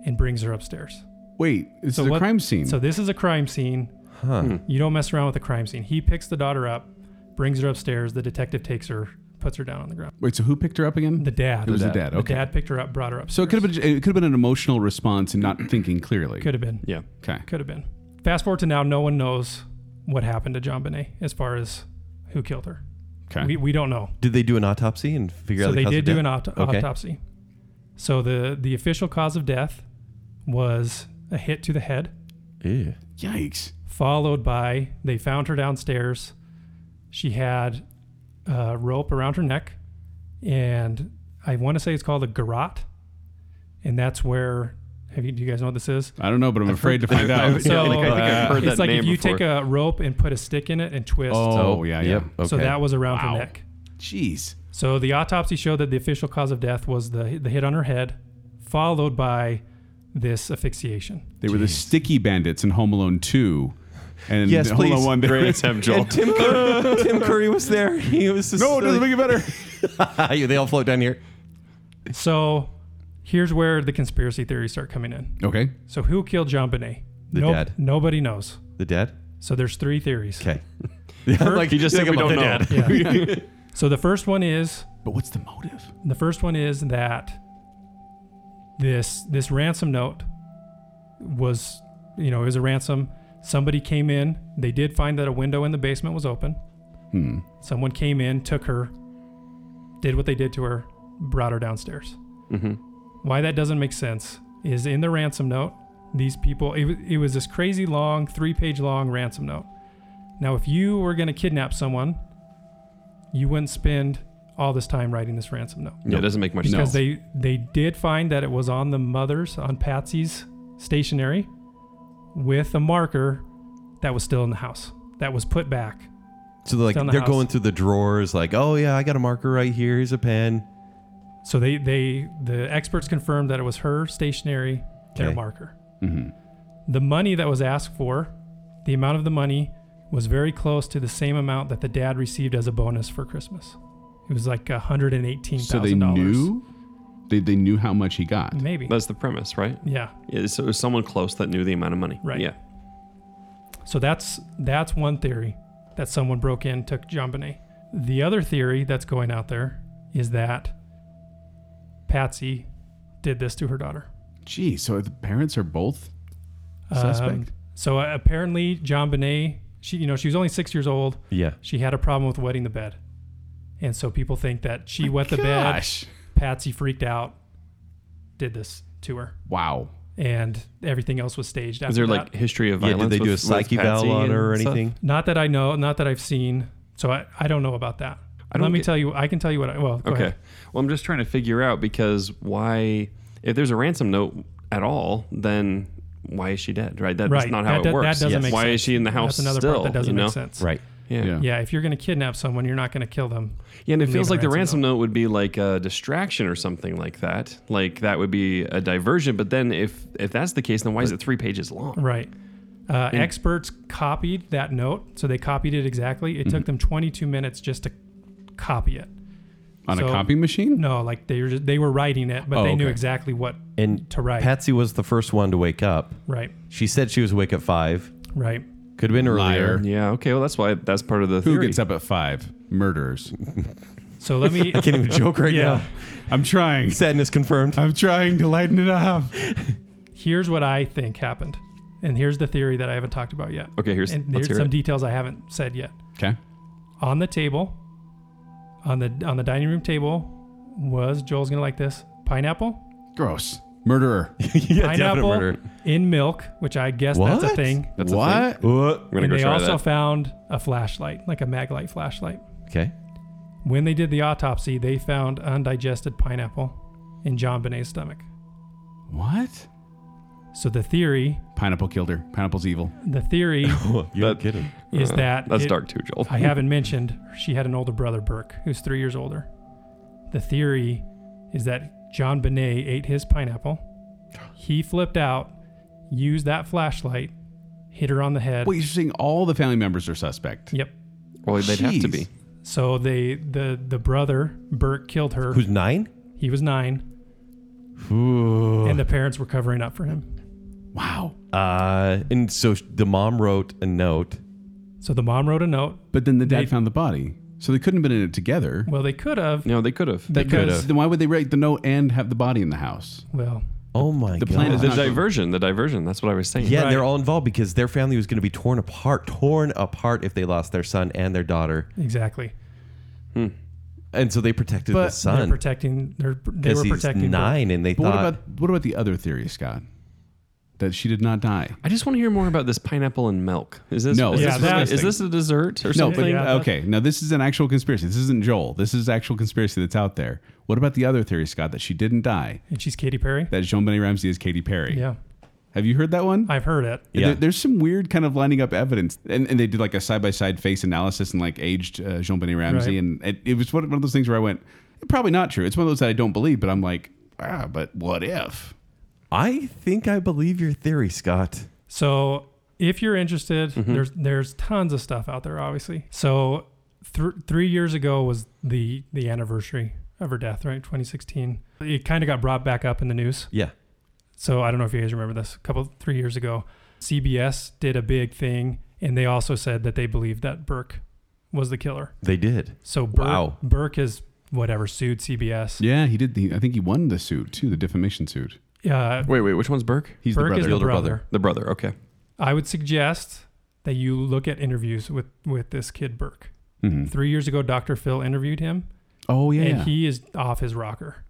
and brings her upstairs.
Wait, this
So
is a
what-
crime scene.
So this is a crime scene.
Huh.
Hmm.
You don't mess around with a crime scene. He picks the daughter up, brings her upstairs. The detective takes her, puts her down on the ground.
Wait, so who picked her up again?
The dad.
It was the dad. Okay.
The dad picked her up, brought her up.
So it could have been it could have been an emotional response and not thinking clearly.
Could have been.
Yeah.
Okay.
Could have been. Fast forward to now, no one knows what happened to John Bonet as far as who killed her.
Okay.
We, we don't know.
Did they do an autopsy and figure
so
out? the
they
cause
did
of
do
death?
an auto-
Okay.
autopsy. So the the official cause of death was a hit to the head.
Ew.
Yikes.
followed by they found her downstairs. She had a rope around her neck, and I want to say it's called a garrote, and that's where. Have you, do you guys know what this is?
I don't know, but I'm afraid to find out.
Yeah, I think I- I think I've heard
it's
that
like
name
if you
before.
take a rope and put a stick in it and twist.
Oh, yeah, yeah.
Yep. Okay.
So that was around
Wow.
her neck.
Jeez.
So the autopsy showed that the official cause of death was the the hit on her head, followed by this asphyxiation.
They were the sticky bandits in Home Alone 2. And
Yes,
Home Alone
please.
1 they were-
Great attempt, Joel.
And Tim Curry, Tim Curry was there. He was just
No, Oh, it doesn't
silly.
make it better.
Ah, they all float down here.
So here's where the conspiracy theories start coming in.
Okay.
So who killed John Bonet?
The dad.
Nobody knows.
The dad.
So there's three theories.
Okay. like
You just
think
said we
about
don't
the
know.
dad.
Yeah. so the first one is
But what's the motive?
the first one is that this this ransom note was you know it was a ransom. Somebody came in. They did find that a window in the basement was open.
Hmm.
Someone came in, took her, did what they did to her, brought her downstairs.
hmm
why that doesn't make sense is in the ransom note these people it, wa- it was this crazy long three page long ransom note now if you were going to kidnap someone you wouldn't spend all this time writing this ransom note
Yeah, it doesn't make much
because
sense.
they they did find that it was on the mother's on patsy's stationery with a marker that was still in the house that was put back
So like
Down the
they're
house.
going through the drawers. Like, oh yeah, I got a marker right here. Here's a pen.
so they they the experts confirmed that it was her stationery their
Okay.
marker
hmm
The money that was asked for, the amount of the money, was very close to the same amount that the dad received as a bonus for Christmas. It was like $118,000.
So they knew? They, they knew how much he got.
Maybe.
That's the premise, right?
yeah.
Yeah, so it was someone close that knew the amount of money.
Right.
Yeah.
So that's that's one theory that someone broke in, took John Bonet. The other theory that's going out there is that Patsy did this to her daughter.
Geez, so the parents are both
Um,
suspect?
so uh, apparently John Bonet, she you know, she was only six years old.
Yeah.
She had a problem with wetting the bed. And so people think that she wet the bed.
Gosh.
Patsy freaked out, did this to her.
Wow.
and everything else was staged. After
Is there
that.
like history of
Yeah, did
violence?
they do
with-
a
with
psyche
Patsy
valve on
and
her or
stuff?
anything?
Not that I know, not that I've seen. So I, I don't know about that.
I
Let
don't
me
get-
tell you. I can tell you what. I, well, go
Okay.
ahead.
Well, I'm just trying to figure out because why, if there's a ransom note at all, then why is she dead? Right. That- That's
Right.
not how
That do-
it
that
works.
doesn't make
why is
sense.
she in the house
That's another
still?
part that doesn't
you know?
make sense.
Right.
Yeah.
Yeah.
yeah.
Yeah, if you're going to kidnap someone, you're not going to kill them.
and it
Leave
feels
a
like the ransom
ransom
note would be like a distraction or something like that. Like that would be a diversion. But then if if that's the case, then why is it three pages long?
Right. Uh, experts copied that note, so they copied it exactly.
Mm-hmm.
It took them 22 minutes just to copy it.
on a
So-
copy machine.
No, like they were just, they were writing it, but
Oh,
they knew
okay.
exactly what.
And
To write.
Patsy was the first one to wake up.
Right.
She said she was awake at five.
Right.
Could have been earlier.
Liar.
Yeah. Okay. Well, that's why that's part of the
Who
theory.
gets up at five? Murderers.
So let me.
Can't even joke right
yeah.
now.
I'm trying.
Sadness confirmed.
I'm trying to lighten it up.
Here's what I think happened, and here's the theory that I haven't talked about yet.
Okay. Here's
and
let's
there's
hear
some
it.
details I haven't said yet.
Okay.
On the table, on the on the dining room table, was Joel's gonna like this pineapple.
Gross. Murderer.
yeah, definite
pineapple
murder.
in milk, which I guess that's a
What?
thing.
That's a thing.
what?
What?
We're gonna
and
go
they
try
also
that.
found a flashlight, like a maglite flashlight.
Okay.
When they did the autopsy, they found undigested pineapple in John Benet's stomach.
What?
So the theory,
Pineapple killed her. Pineapple's evil.
the theory
You're
That-
kidding.
is that
That's
it-
dark too, Joel.
I haven't mentioned she had an older brother, Burke, who's three years older. The theory is that John Benet ate his pineapple. He flipped out, used that flashlight, hit her on the head.
Wait, you're saying all the family members are suspect?
Yep.
Well, they'd have to
Jeez.
be.
So they the the brother Burke killed her.
Who's nine?
he was nine, and the parents were covering up for him.
Wow.
Uh, and so sh- the mom wrote a note.
So the mom wrote a note.
But then the dad
They-
found the body, so they couldn't have been in it together.
Well, they could have.
No, they could have.
They could
Because
have.
then why would they write the note and have the body in the house?
Well,
Oh my
the
god.
plan is
The
not-
diversion, the diversion. That's what I was saying.
yeah,
Right.
they're all involved because their family was going to be torn apart, torn apart if they lost their son and their daughter.
exactly.
And so they protected
But
the
They're
son
protecting. They're they
because
were
he's
protecting. Burke.
nine, and they
But what
thought
about what about the other theory, Scott? That she did not die.
I just want to hear more about this pineapple and milk. Is this
No,
Is,
Yeah,
this,
that-
is this a dessert or
No,
something?
but
Yeah, that-
okay. Now this is an actual conspiracy. This isn't Joel. This is actual conspiracy that's out there. What about the other theory, Scott? That she didn't die.
And she's Katy Perry.
That Jean Benet Ramsey is Katy Perry.
Yeah,
Have you heard that one?
I've heard it.
Yeah.
There- there's some weird kind of lining up evidence, and, and they did like a side by side face analysis and like aged uh, Jean Benet Ramsey,
Right.
and it, it was one, one of those things where I went, probably not true. It's one of those that I don't believe, but I'm like, ah, but what if?
I think I believe your theory, Scott.
So if you're interested, there's there's tons of stuff out there, obviously. So thr three years ago was the the anniversary of her death, right? 2016. It kind of got brought back up in the news.
Yeah.
So I don't know if you guys remember this. A couple three years ago, CBS did a big thing, and they also said that they believed that Burke was the killer.
They did.
So Burke,
Wow.
Burke is whatever sued CBS.
Yeah, he did. The, I think he won the suit too, the defamation suit.
Uh,
Wait, wait. Which one's Burke?
He's
Burke
the
is
brother.
the
older brother.
brother.
The brother. Okay.
I would suggest that you look at interviews with with this kid Burke.
Mhm.
Three years ago, Dr. Phil interviewed him,
Oh yeah,
and he is off his rocker.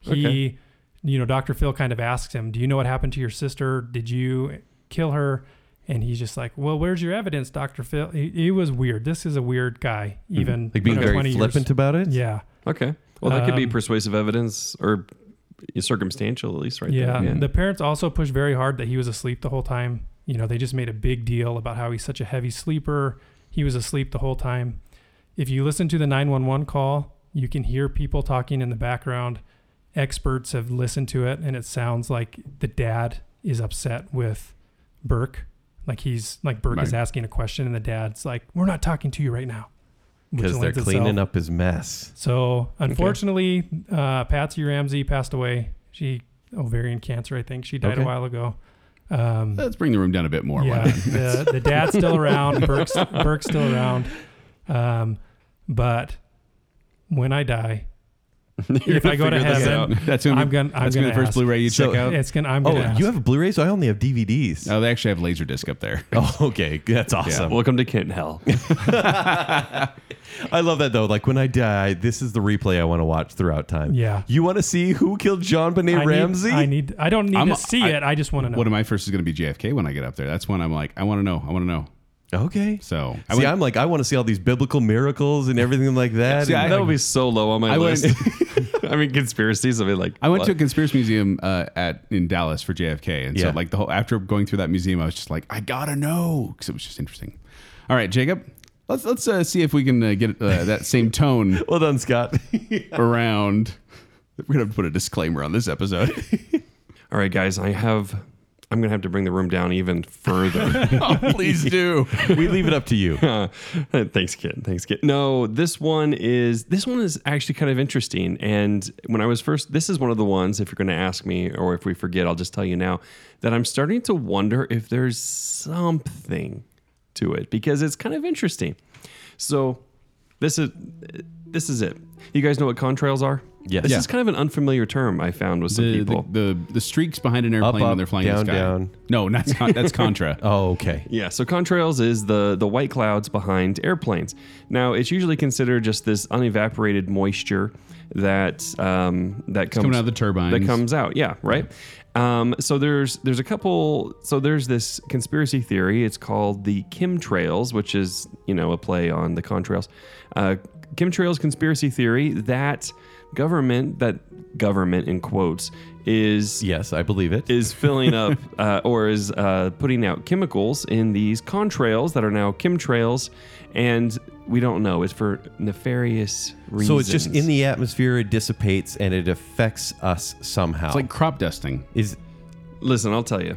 He,
Okay.
you know, Dr. Phil kind of asks him, "Do you know what happened to your sister? Did you kill her?" And he's just like, "Well, where's your evidence, Dr. Phil?" It, it was weird. This is a weird guy, even
Hmm. Like being
you know,
very
20 years-
flippant about it.
Yeah,
Okay. Well, that could be
Um,
persuasive evidence or circumstantial, at least, right?
yeah.
There.
The parents also pushed very hard that he was asleep the whole time. You know, they just made a big deal about how he's such a heavy sleeper. He was asleep the whole time. If you listen to the 911 call, you can hear people talking in the background. Experts have listened to it, and it sounds like the dad is upset with Burke. Like he's like Burke is
Right.
asking a question, and the dad's like, "We're not talking to you right now," which
Because they're
lends itself-
cleaning up his mess.
so unfortunately, uh, Patsy Ramsey passed away. She ovarian cancer, I think. She died
Okay.
a while ago. Um,
Let's bring the room down a bit more. why
yeah,
not?
the, the dad's still around. Burke's, Burke's still around. Um, but when I die, if I go to
figure this out.
heaven,
That's gonna be,
I'm gonna- I'm
that's gonna be
gonna
the first
ask.
Blu-ray you
So-
check out.
it's gonna. I'm
Oh,
gonna. ask.
you have Blu-rays? I only have DVDs.
Oh, they actually have Laserdisc up there.
Oh, okay. That's awesome.
Welcome to Kent Hell.
I love that though. Like when I die, this is the replay I want to watch throughout time.
Yeah.
You want to see who killed John Benet
I
Ramsey?
Need, I need. I don't need
I'm-
to see
I-
it. I just want to know.
One of my first is going to be JFK when I get up there. That's when I'm like, I want to know. I want to know.
okay.
So I
see,
went-
I'm like, I want to see all these biblical miracles and everything like that.
See,
And-
that would be so low on my
I went-
list. I mean, conspiracies. I mean, like
I went
what?
to a conspiracy museum uh, at in Dallas for JFK, and so
Yeah.
like the whole after going through that museum, I was just like, I gotta know because it was just interesting. All right, Jacob, let's let's uh, see if we can uh, get uh, that same tone
well done, Scott.
around. We're gonna have to put a disclaimer on this episode.
All right, guys, I have. I'm gonna have to bring the room down even further.
oh, please do.
we leave it up to you.
Thanks, kid. Thanks, kid. No, this one is this one is actually kind of interesting. And when I was first, this is one of the ones. If you're gonna ask me, or if we forget, I'll just tell you now that I'm starting to wonder if there's something to it because it's kind of interesting. So, this is this is it. You guys know what contrails are?
Yes.
This
Yeah.
is kind of an unfamiliar term I found with some
The,
people.
the, the the streaks behind an airplane
Up,
when they're
up,
flying in the
down,
sky.
down.
No, that's con- that's Contra.
Oh, okay.
Yeah, so contrails is the the white clouds behind airplanes. Now it's usually considered just this unevaporated moisture that um, that comes
coming out of the turbines.
That comes out, yeah, right. Um, so there's there's a couple. So there's this conspiracy theory. It's called the chemtrails, which is you know a play on the contrails. Uh, chemtrails conspiracy theory that government that government in quotes is
Yes, I believe it.
is filling up uh, or is uh, putting out chemicals in these contrails that are now chemtrails, and we don't know. It's for nefarious reasons.
so it's just in the atmosphere, it dissipates and it affects us somehow.
It's like crop dusting,
is
Listen, I'll tell you.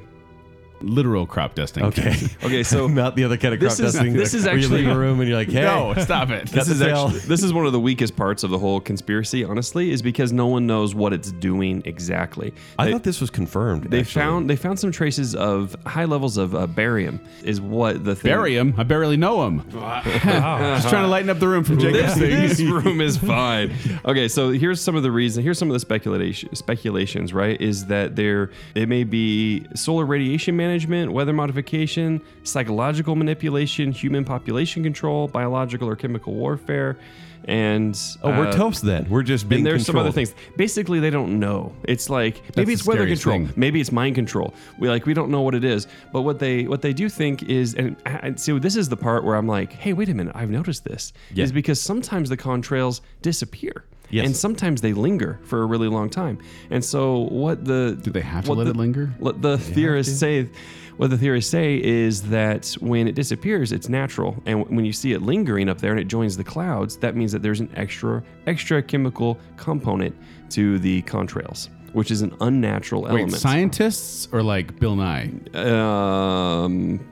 literal crop dusting.
okay.
Okay, so
not the other kind of crop
This is-
dusting.
this is
where
actually-
you leave a room and you're like, hey,
No, stop it.
This
this is
the tail.
actually this is one of the weakest parts of the whole conspiracy. Honestly, is because no one knows what it's doing exactly.
I
They-
thought this was confirmed.
they
actually.
found they found some traces of high levels of uh, barium. Is what the thing.
Bury him. I barely know him. Just trying to lighten up the room from Jacob's
This,
thing.
this room is fine. Okay, so here's some of the reason. Here's some of the speculation speculations. Right, is that there it may be solar radiation management, weather modification, psychological manipulation, human population control, biological or chemical warfare, and
Oh, we're
uh,
toast then. We're just being
and there's some other
controlled.
things. Basically, they don't know. It's like maybe
the
it's weather
scariest
control,
thing.
maybe it's mind control. We like we don't know what it is. But what they what they do think is, and I, I- so this is the part where I'm like, hey, wait a minute, I've noticed this.
Yeah.
Is because sometimes the contrails disappear.
Yes.
And sometimes they linger for a really long time. And so what the do
they have to let it linger?
What the theorists say, what the theorists say is that when it disappears, it's natural, and when you see it lingering up there and it joins the clouds, that means that there's an extra extra chemical component to the contrails, which is an unnatural
Wait,
element.
scientists or like Bill Nye?
um,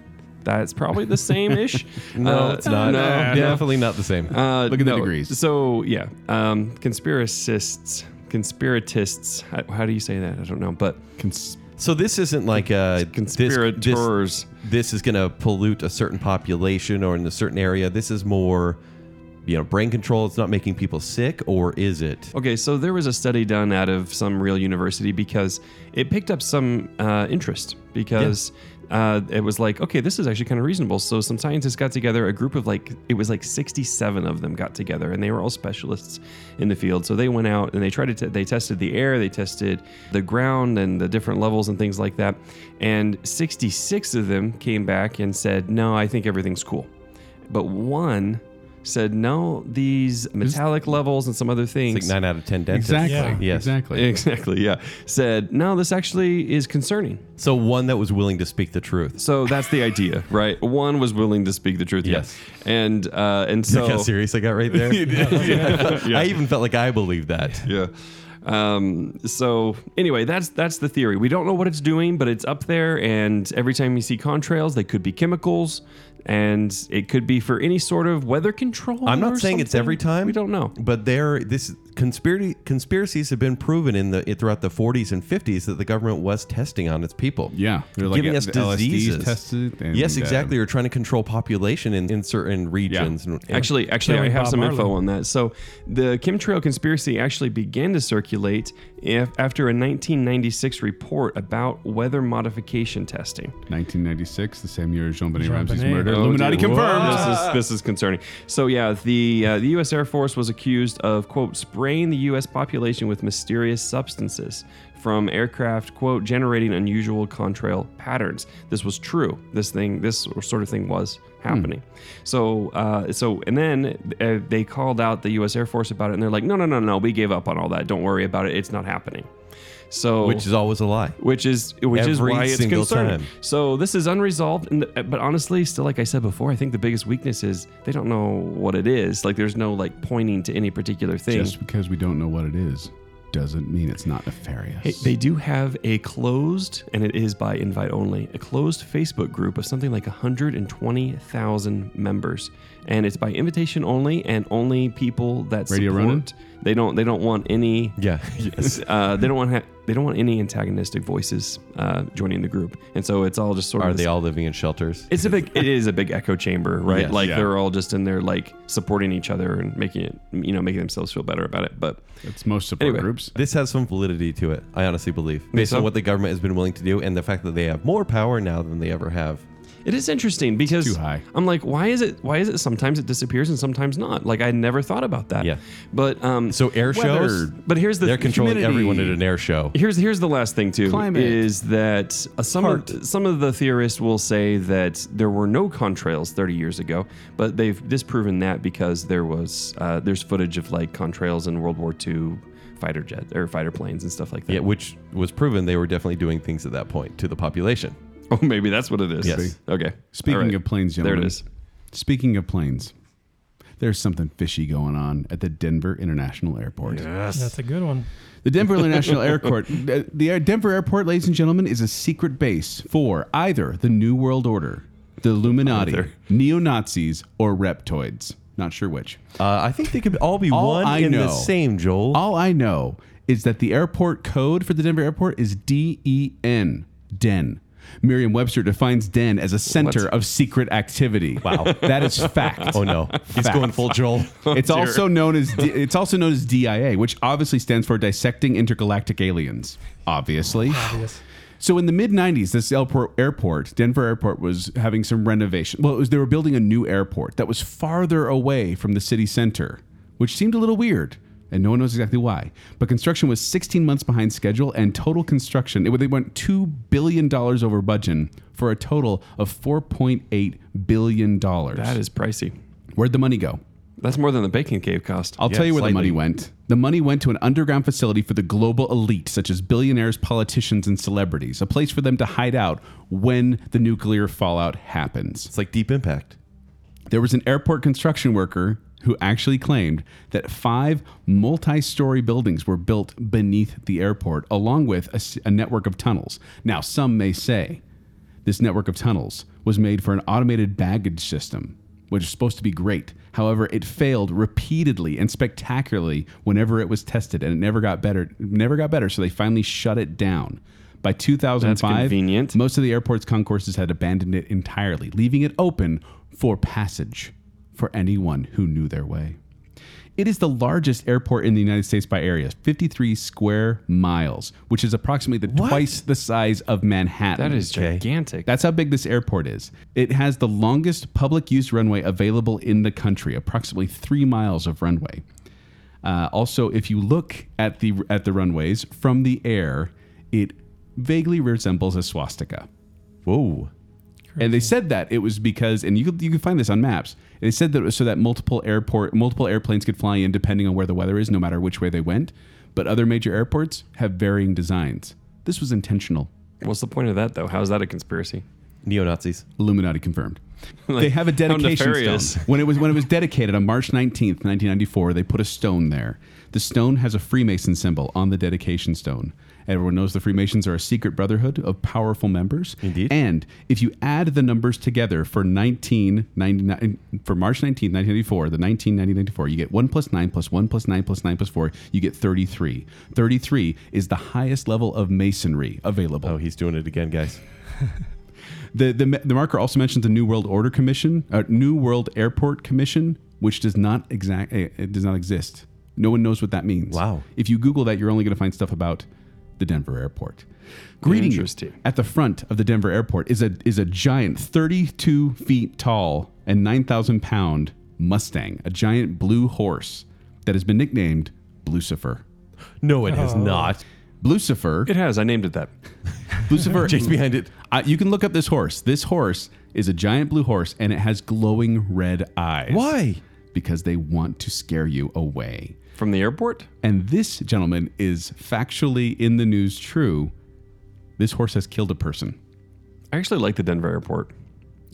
that's probably the same ish.
Uh, No, it's not.
No, no.
definitely not the same.
Uh,
Look at the degrees.
So yeah, um, conspiracists, conspiratists. How, how do you say that? I don't know, but
Cons-
so this isn't like a this- This,
conspirators.
this is going to pollute a certain population or in a certain area. This is more, you know, brain control. It's not making people sick, or is it?
Okay, so there was a study done out of some real university because it picked up some uh, interest because uh, it was like, okay, this is actually kind of reasonable. So some scientists got together, a group of like, it was like 67 of them got together, and they were all specialists in the field. So they went out and they tried to, t- they tested the air, they tested the ground and the different levels and things like that. And 66 of them came back and said, no, I think everything's cool. But one said, no, these metallic levels and some other things.
It's like nine out of ten dentists.
exactly.
Yeah.
Yes.
Exactly.
Exactly, yeah. Said, no, this actually is concerning.
So one that was willing to speak the truth.
So that's the idea, right? One was willing to speak the truth, yes.
Yes.
And uh, and
Look how
so
serious I got right there. I even felt like I believed that.
yeah. Um, so anyway, that's that's the theory. We don't know what it's doing, but it's up there. And every time you see contrails, they could be chemicals, and it could be for any sort of weather control.
I'm
or
not saying it's
something.
every time.
We don't know.
But there, this conspiracy conspiracies have been proven in the throughout the 40s and 50s that the government was testing on its people.
Yeah. They're like uh,
giving us
the LSDs
diseases.
tested and,
yes,
uh,
exactly. Or trying to control population in, in certain regions. And, and-
Actually, actually, I
Killing
have
Bob
some info
Marley.
on that. So the chemtrail conspiracy actually began to circulate af- after a 1996 report about weather modification testing.
1996, the same year as Jean Benet
Jean
Ramsey's
Benet.
murder.
Oh,
Illuminati
dear.
confirmed.
This is, this is concerning. So yeah, the uh, the U.S. Air Force was accused of quote spraying the U.S. population with mysterious substances from aircraft quote generating unusual contrail patterns. This was true. This thing, this sort of thing was happening.
Hmm.
So uh, so and then uh, they called out the U.S. Air Force about it, and they're like, no no no no, we gave up on all that. Don't worry about it. It's not happening. So
which is always a lie.
which is which is
Every
why it's
single
concerning.
time.
So this is unresolved, and but honestly, still, like I said before, I think the biggest weakness is they don't know what it is. Like there's no like pointing to any particular thing.
Just because we don't know what it is doesn't mean it's not nefarious.
Hey, they do have a closed, and it is by invite only, a closed Facebook group of something like 120,000 members, and it's by invitation only, and only people that
Radio
support.
Ronin?
They don't. They don't want any.
Yeah.
uh, they don't want ha- they don't want any antagonistic voices uh, joining the group, and so it's all just sort
Are
of.
they
this-
all living in shelters?
It's a big. It is a big echo chamber, right?
Yes.
like
Yeah.
they're all just in there, like supporting each other and making it, you know, making themselves feel better about it. But
It's most support
Anyway.
groups.
This has some validity to it, I honestly believe, based
so?
on what the government has been willing to do and the fact that they have more power now than they ever have.
it is interesting because
too high.
I'm like, why is it? Why is it sometimes it disappears and sometimes not? Like I never thought about that.
Yeah.
But um.
So air
Weather-
shows,
But here's the
they're
th-
controlling
humidity.
everyone at an air show.
Here's here's the last thing too
Climate.
is that uh, some of, some of the theorists will say that there were no contrails 30 years ago, but they've disproven that because there was uh, there's footage of like contrails in World War II fighter jets or fighter planes and stuff like that.
Yeah, which was proven they were definitely doing things at that point to the population.
Oh, maybe that's what it is.
Yes.
Okay.
Speaking
All right.
of planes,
there
gentlemen.
it is.
Speaking of planes, there's something fishy going on at the Denver International Airport.
That's a good one.
The Denver International Airport. The the Denver Airport, ladies and gentlemen, is a secret base for either the New World Order, the Illuminati,
Either.
neo Nazis, or reptoids. Not sure which.
Uh, I think they could all be
All
one
I
in the
know-
same, Joel.
All I know is that the airport code for the Denver airport is D E N, den. Merriam Webster defines den as a center
What?
of secret activity. Wow. That is fact.
oh no, he's
Fact.
going full Joel.
It's
dear.
also known as D- it's also known as DIA, which obviously stands for Dissecting Intergalactic Aliens. Obviously.
Obvious.
So in the mid '90s, this airport, airport, Denver Airport, was having some renovation. Well, it was, they were building a new airport that was farther away from the city center, which seemed a little weird, and no one knows exactly why. But construction was 16 months behind schedule, and total construction it, they went two billion dollars over budget for a total of 4.8 billion dollars.
That is pricey.
Where'd the money go?
That's more than the baking cave cost.
I'll
Yeah,
tell you where the money
slightly.
went. The money went to an underground facility for the global elite, such as billionaires, politicians, and celebrities, a place for them to hide out when the nuclear fallout happens.
It's like Deep Impact.
There was an airport construction worker who actually claimed that five multi story buildings were built beneath the airport, along with a, s- a network of tunnels. Now, some may say this network of tunnels was made for an automated baggage system, which is supposed to be great. However, it failed repeatedly and spectacularly whenever it was tested, and it never got better. it Never got better, so they finally shut it down. By 2005,
convenient.
most of the airport's concourses had abandoned it entirely, leaving it open for passage for anyone who knew their way. It is the largest airport in the United States by area, 53 square miles, which is approximately the twice the size of Manhattan.
That is gigantic.
That's how big this airport is. It has the longest public use runway available in the country, approximately three miles of runway. Uh, also, if you look at the at the runways from the air, it vaguely resembles a swastika.
Whoa.
And they said that it was because, and you could, you can find this on maps. They said that it was so that multiple airport, multiple airplanes could fly in depending on where the weather is, no matter which way they went. But other major airports have varying designs. This was intentional.
What's the point of that though? How is that a conspiracy?
Neo Nazis.
Illuminati confirmed.
Like,
they have a
how
dedication
nefarious.
stone. When it was when it was dedicated on March 19th, 1994, they put a stone there. The stone has a Freemason symbol on the dedication stone. Everyone knows the Freemasons are a secret brotherhood of powerful members.
Indeed.
And if you add the numbers together for 1999 for March 19th, 1994, the 19 1994, you get 1 plus 9 plus 1 plus 9 plus 9 plus 4, you get 33. 33 is the highest level of masonry available.
Oh, he's doing it again, guys.
The, the, the marker also mentions the New World Order Commission, uh, New World Airport Commission, which eh, does not exact it does not exist. No one knows what that means.
Wow.
If you Google that, you're only going to find stuff about the Denver airport. Greeting you
Interesting.
at the front of the Denver airport is a is a giant, 32 feet tall and 9,000 pound Mustang, a giant blue horse that has been nicknamed Blucifer.
No, it has not.
Blucifer.
It has. I named it that.
Lucifer.
Jake's behind it.
Uh, you can look up this horse. This horse is a giant blue horse, and it has glowing red eyes.
Why?
Because they want to scare you away.
From the airport?
And this gentleman is factually in the news true. This horse has killed a person
I actually like the Denver airport.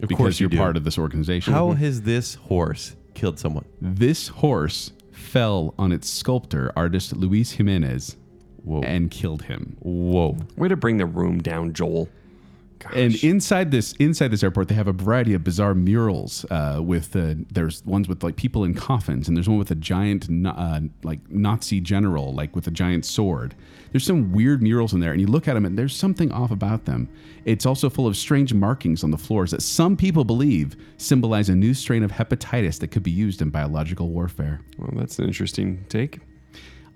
Of
because
course you
you're
do.
part of this organization.
How has this horse killed someone?
This horse fell on its sculptor, artist Luis Jimenez,
Whoa.
and killed him.
Whoa.
Way to bring the room down, Joel. Gosh.
And inside this inside this airport, they have a variety of bizarre murals. Uh, with uh, there's ones with like people in coffins, and there's one with a giant na- uh, like Nazi general, like with a giant sword. There's some weird murals in there, and you look at them, and there's something off about them. It's also full of strange markings on the floors that some people believe symbolize a new strain of hepatitis that could be used in biological warfare.
well, that's an interesting take.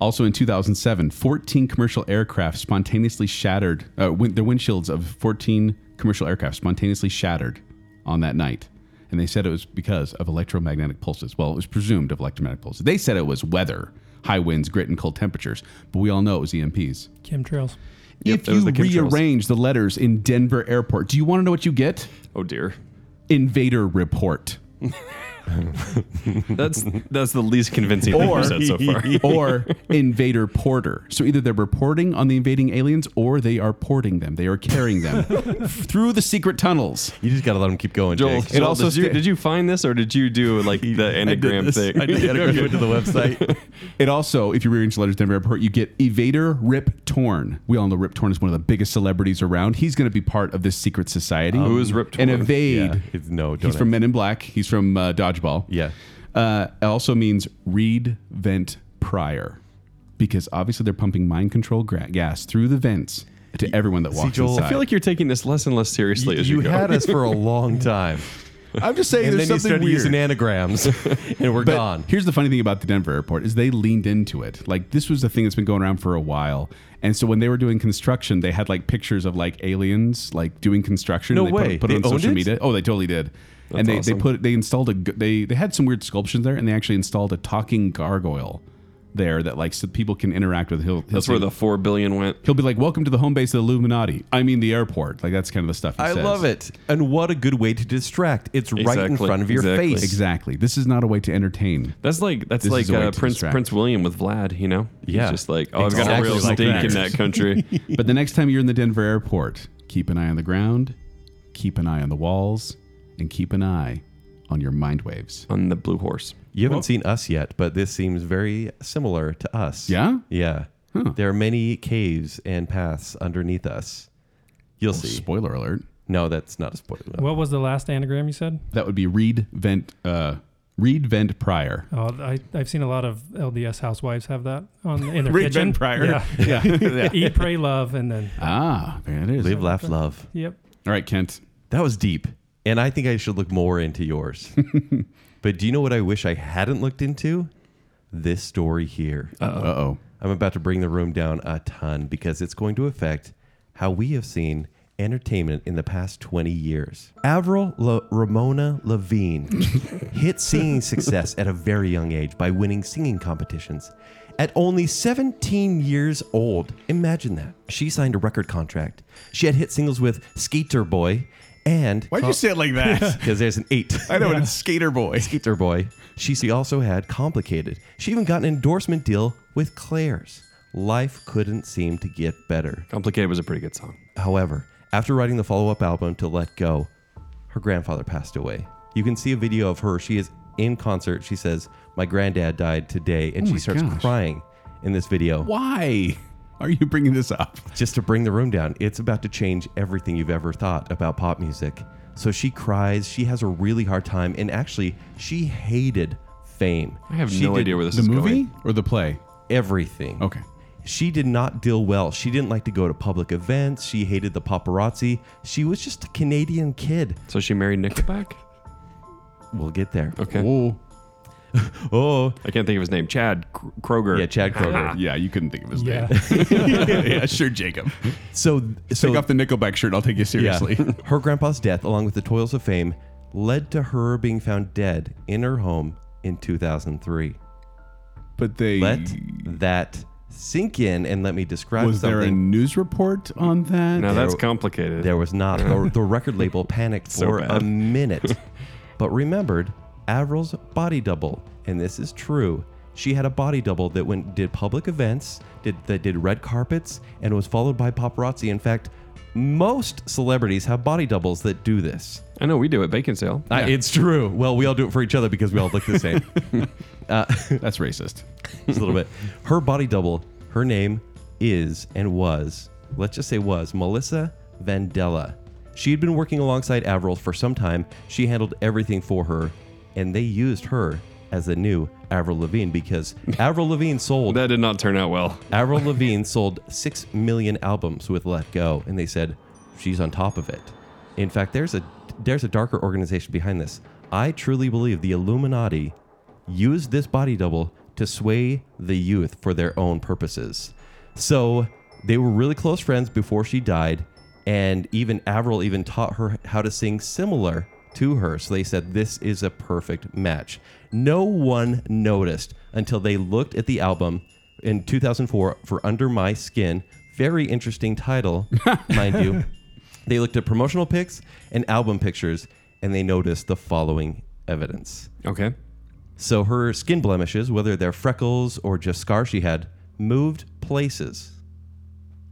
Also in 2007, 14 commercial aircraft spontaneously shattered, uh, win- their windshields of 14 commercial aircraft spontaneously shattered on that night. And they said it was because of electromagnetic pulses. Well, it was presumed of electromagnetic pulses. They said it was weather, high winds, grit, and cold temperatures, but we all know it was EMPs.
Chemtrails.
if
it was
you
the chemtrails.
rearrange the letters in Denver Airport, do you want to know what you get?
Oh dear.
Invader report.
That's that's the least convincing thing
Or-
you've said so far.
or invader porter. So either they're reporting on the invading aliens or they are porting them. They are carrying them through the secret tunnels.
You just got to let him keep going,
Joel,
Jake.
Joel,
also
did, you,
sta-
did you find this or did you do like the anagram
this.
thing?
I did that. I went to the website.
It also, if you rearrange the letters Denver Airport, you get evader Rip Torn. We all know Rip Torn is one of the biggest celebrities around. He's going to be part of this secret society.
Who is Rip
And
Torn?
evade.
Yeah, it's- no, don't
he's from Men in Black. He's from uh, Dodgeball.
Yeah.
Uh, it also means read vent prior, because obviously they're pumping mind control gra- gas through the vents to everyone that walks
Joel, I
inside.
I feel like you're taking this less and less seriously
You,
as you,
you
go.
had us for a long time.
I'm just saying
and
there's
then you
something
started
weird.
using anagrams, and we're
But
gone.
Here's the funny thing about the Denver airport is they leaned into it. Like this was the thing that's been going around for a while. And so when they were doing construction, they had like pictures of like aliens like doing construction.
No
and they Put,
way.
it- put it
They
on
owned
social
it?
media. Oh, they totally did. and they,
awesome.
they put they installed a g- they they had some weird sculptures there, and they actually installed a talking gargoyle there that like so people can interact with. He'll, he'll
That's where
say-
the four billion went.
he'll be like, "Welcome to the home base of the Illuminati." I mean, the airport. Like that's kind of the stuff. He
I
says.
love it. And what a good way to distract. It's right in
Exactly.
front of your
Exactly.
face.
Exactly. This is not a way to entertain.
That's like that's
This
like
is a way
uh,
to
Prince
distract.
Prince William with Vlad. You know,
Yeah.
he's just like, oh, I've got a
Exactly
real
like
stink
that.
in that country.
But the next time you're in the Denver airport, keep an eye on the ground, keep an eye on the walls, and keep an eye on your mind waves.
on the blue horse.
You haven't seen us yet, but this seems very similar to us.
Yeah?
Yeah. There are many caves and paths underneath us. You'll see.
Spoiler alert.
no, that's not a spoiler.
What was the last anagram you said?
That would be read vent uh read vent prior.
Oh, I, I've seen a lot of LDS housewives have that on in their
Read Ben
kitchen.
Pryor.
Yeah.
Yeah.
Eat, pray, love, and then
ah, there it is.
Live, laugh, love.
yep.
All right, Kent.
That was deep. And I think I should look more into yours. but do you know what I wish I hadn't looked into? This story here.
Uh oh.
I'm about to bring the room down a ton because it's going to affect how we have seen entertainment in the past 20 years. Avril La- Ramona Levine hit singing success at a very young age by winning singing competitions. At only 17 years old, imagine that. She signed a record contract. She had hit singles with Skeeter Boy and
Oh.
say it like that?
because there's an 8.
I know it's skater boy.
Skeeter Boy. She also had Complicated. She even got an endorsement deal with Claire's. Life couldn't seem to get better.
Complicated was a pretty good song.
However, after writing the follow up album to Let Go, her grandfather passed away. You can see a video of her. She is in concert. She says, My granddad died today. And
Oh my
she starts
gosh.
crying in this video
Why are you bringing this up?
just to bring the room down. It's about to change everything you've ever thought about pop music. So she cries. She has a really hard time. And actually, she hated fame.
I have
She
no
did
idea where this
The
is
movie
going.
or the play?
Everything.
Okay.
She did not deal well. She didn't like to go to public events. She hated the paparazzi. She was just a Canadian kid.
So she married Nickelback.
We'll get there.
Okay.
Oh.
oh,
I can't think of his name. Chad Kr- Kroger.
yeah, Chad Kroger.
Yeah, you couldn't think of his
Yeah.
name. yeah, sure, Jacob.
so, so
Take off the Nickelback shirt. I'll take you seriously.
Yeah. Her grandpa's death, along with the toils of fame, led to her being found dead in her home in 2003.
But they
Let that sink in and let me describe
was there a
something.
news report on that?
Now that's
There-
complicated.
there was not. The, the record label panicked
So
for a
bad.
minute, but remembered Avril's body double, and this is true. She had a body double that went did public events, did that did red carpets, and was followed by paparazzi. In fact, most celebrities have body doubles that do this.
I know we do it. Bacon sale.
Uh, it's true. Well, we all do it for each other because we all look the same.
That's racist.
Just a little bit. Her body double, her name is and was, let's just say was, Melissa Vandella. She had been working alongside Avril for some time. She handled everything for her, and they used her as the new Avril Lavigne because Avril Lavigne sold
That did not turn out well.
Avril Lavigne sold 6 million albums with Let Go, and they said she's on top of it. In fact, there's a there's a darker organization behind this. I truly believe the Illuminati used this body double to sway the youth for their own purposes. So, they were really close friends before she died, and even Avril even taught her how to sing similar to her. So they said this is a perfect match. No one noticed until they looked at the album in 2004 for Under My Skin. Very interesting title, mind you. They looked at promotional pics and album pictures, and they noticed the following evidence.
Okay.
So her skin blemishes, whether they're freckles or just scars she had, moved places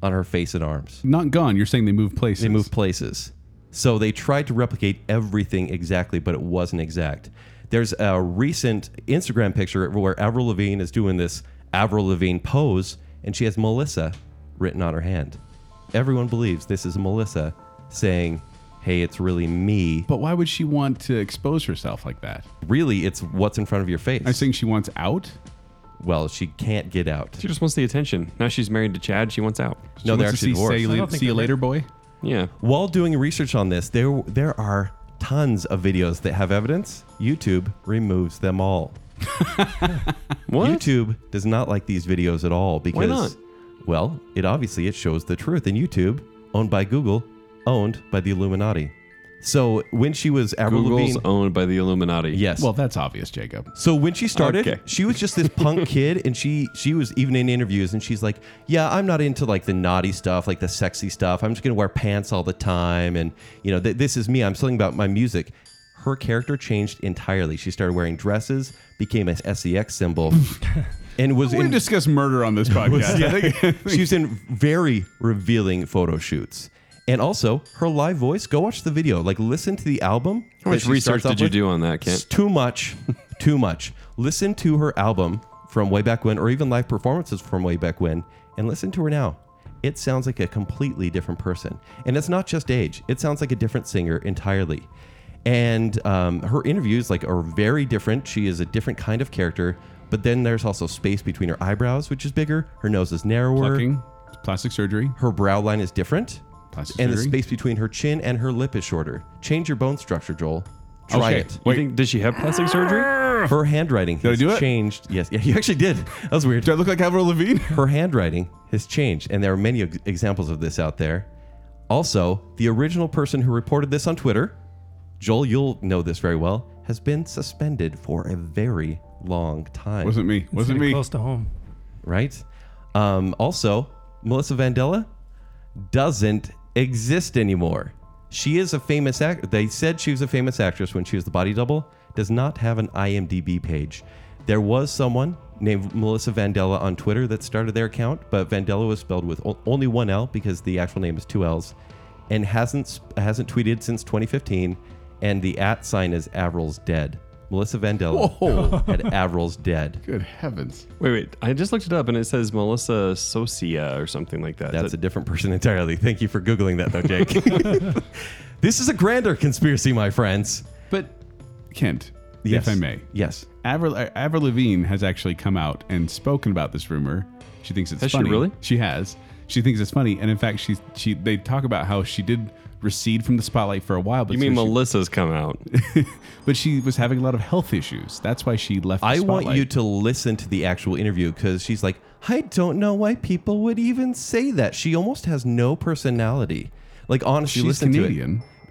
on her face and arms.
Not gone. You're saying they moved places.
They move places. So they tried to replicate everything exactly, but it wasn't exact. There's a recent Instagram picture where Avril Lavigne is doing this Avril Lavigne pose, and she has Melissa written on her hand. Everyone believes this is Melissa saying, Hey, it's really me.
But why would she want to expose herself like that?
Really, it's what's in front of your face.
I think she wants out.
Well, she can't get out.
She just wants the attention. Now she's married to Chad. She wants out.
She
No, they're
wants to
actually
see
divorced.
Say,
I
la-
don't think
see you
they're-
later, boy.
Yeah.
While doing research on this, there there are tons of videos that have evidence. YouTube removes them all.
What?
YouTube does not like these videos at all because
not?
well, it obviously it shows the truth and YouTube, owned by Google, owned by the Illuminati. So when she was Avril
Google's
Lavigne,
owned by the Illuminati.
yes.
Well, that's obvious, Jacob.
so when she started,
Okay.
she was just this punk kid and she she was even in interviews and she's like, "Yeah, I'm not into like the naughty stuff, like the sexy stuff. I'm just going to wear pants all the time and, you know, th- this is me. I'm something about my music." Her character changed entirely. She started wearing dresses, became a SEX symbol, and was
We
in
discuss murder on this podcast. I think-
she was in very revealing photo shoots. And also her live voice. Go watch the video. Like listen to the album.
How much research did you do on
It's
that, Kent?
too much, too much. Listen to her album from way back when, or even live performances from way back when, and listen to her now. It sounds like a completely different person, and it's not just age. It sounds like a different singer entirely. And um, her interviews like are very different. She is a different kind of character. But then there's also space between her eyebrows, which is bigger. Her nose is narrower
Plucking, plastic surgery.
her brow line is different,
Plastic
and the
surgery?
space between her chin and her lip is shorter. Change your bone structure, Joel. Try
Okay.
it.
You think did she have plastic surgery?
Her handwriting has
I do it?
changed. Yes, yeah, you actually did. That was weird.
Do I look like Avril Lavigne?
Her handwriting has changed, and there are many ex- examples of this out there. Also, the original person who reported this on Twitter, Joel, you'll know this very well, has been suspended for a very long time.
Wasn't me. Wasn't
Pretty
me.
Close to home.
right? Um, also, Melissa Vandella doesn't exist anymore. She is a famous act. They said she was a famous actress when she was the body double. Does not have an IMDb page. There was someone named Melissa Vandella on Twitter that started their account, but Vandella was spelled with o- only one L because the actual name is two L's, and hasn't sp- hasn't tweeted since 2015. And the at sign is Avril's dead. Melissa Vandella at Avril's dead.
Good heavens.
Wait, wait. I just looked it up and it says Melissa Socia or something like that.
That's a different person entirely. Thank you for Googling that, though, Jake. this is a grander conspiracy, my friends.
But Kent,
Yes.
if I may,
Yes.
Avril, uh, Avril Lavigne has actually come out and spoken about this rumor. She thinks it's
Has she
funny.
really?
She has. She thinks it's funny, and in fact, she she they talk about how she did recede from the spotlight for a while. But
You mean
so she-
Melissa's come out?
but she was having a lot of health issues. That's why she left. The
I want
spotlight.
you to listen to the actual interview because she's like, I don't know why people would even say that. She almost has no personality. Like honestly,
She's
listen
Canadian.
to it.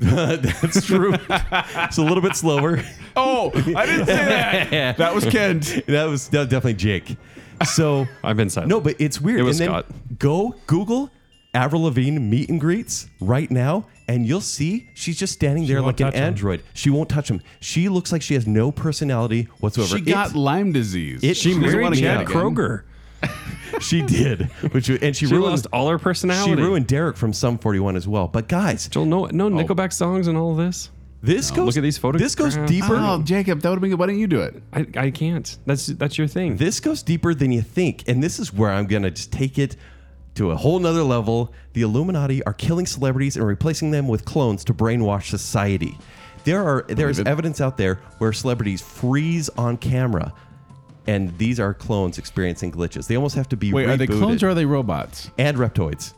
That's true. it's a little bit slower.
Oh, I didn't say that. that was Kent.
That was that was definitely Jake. So
I've been silent.
No, but it's weird.
It was
and then
Scott.
Go Google Avril Lavigne meet and greets right now, and you'll see she's just standing there like
won't
an
touch 'em.
android. She won't touch him. She looks like she has no personality whatsoever.
She got
It's-
Lyme disease.
it-
she
doesn't
married
wanna get
Chad
out.
Kroger.
she did, which and she,
She
ruined
lost all her
She
personality.
ruined Oh. Derek from Sum 41 as well. But guys,
Joel, no, no Nickelback songs and all this.
this goes
look at these
This goes
photographs.
deeper.
Oh, Jacob, that would have been good. Why didn't you do it?
I, I can't. That's that's your thing.
This goes deeper than you think, and this is where I'm gonna just take it to a whole nother level. The Illuminati are killing celebrities and replacing them with clones to brainwash society. There are there is evidence out there where celebrities freeze on camera, and these are clones experiencing glitches. They almost have to be
Wait, are they
rebooted.
clones or are they robots?
and reptoids?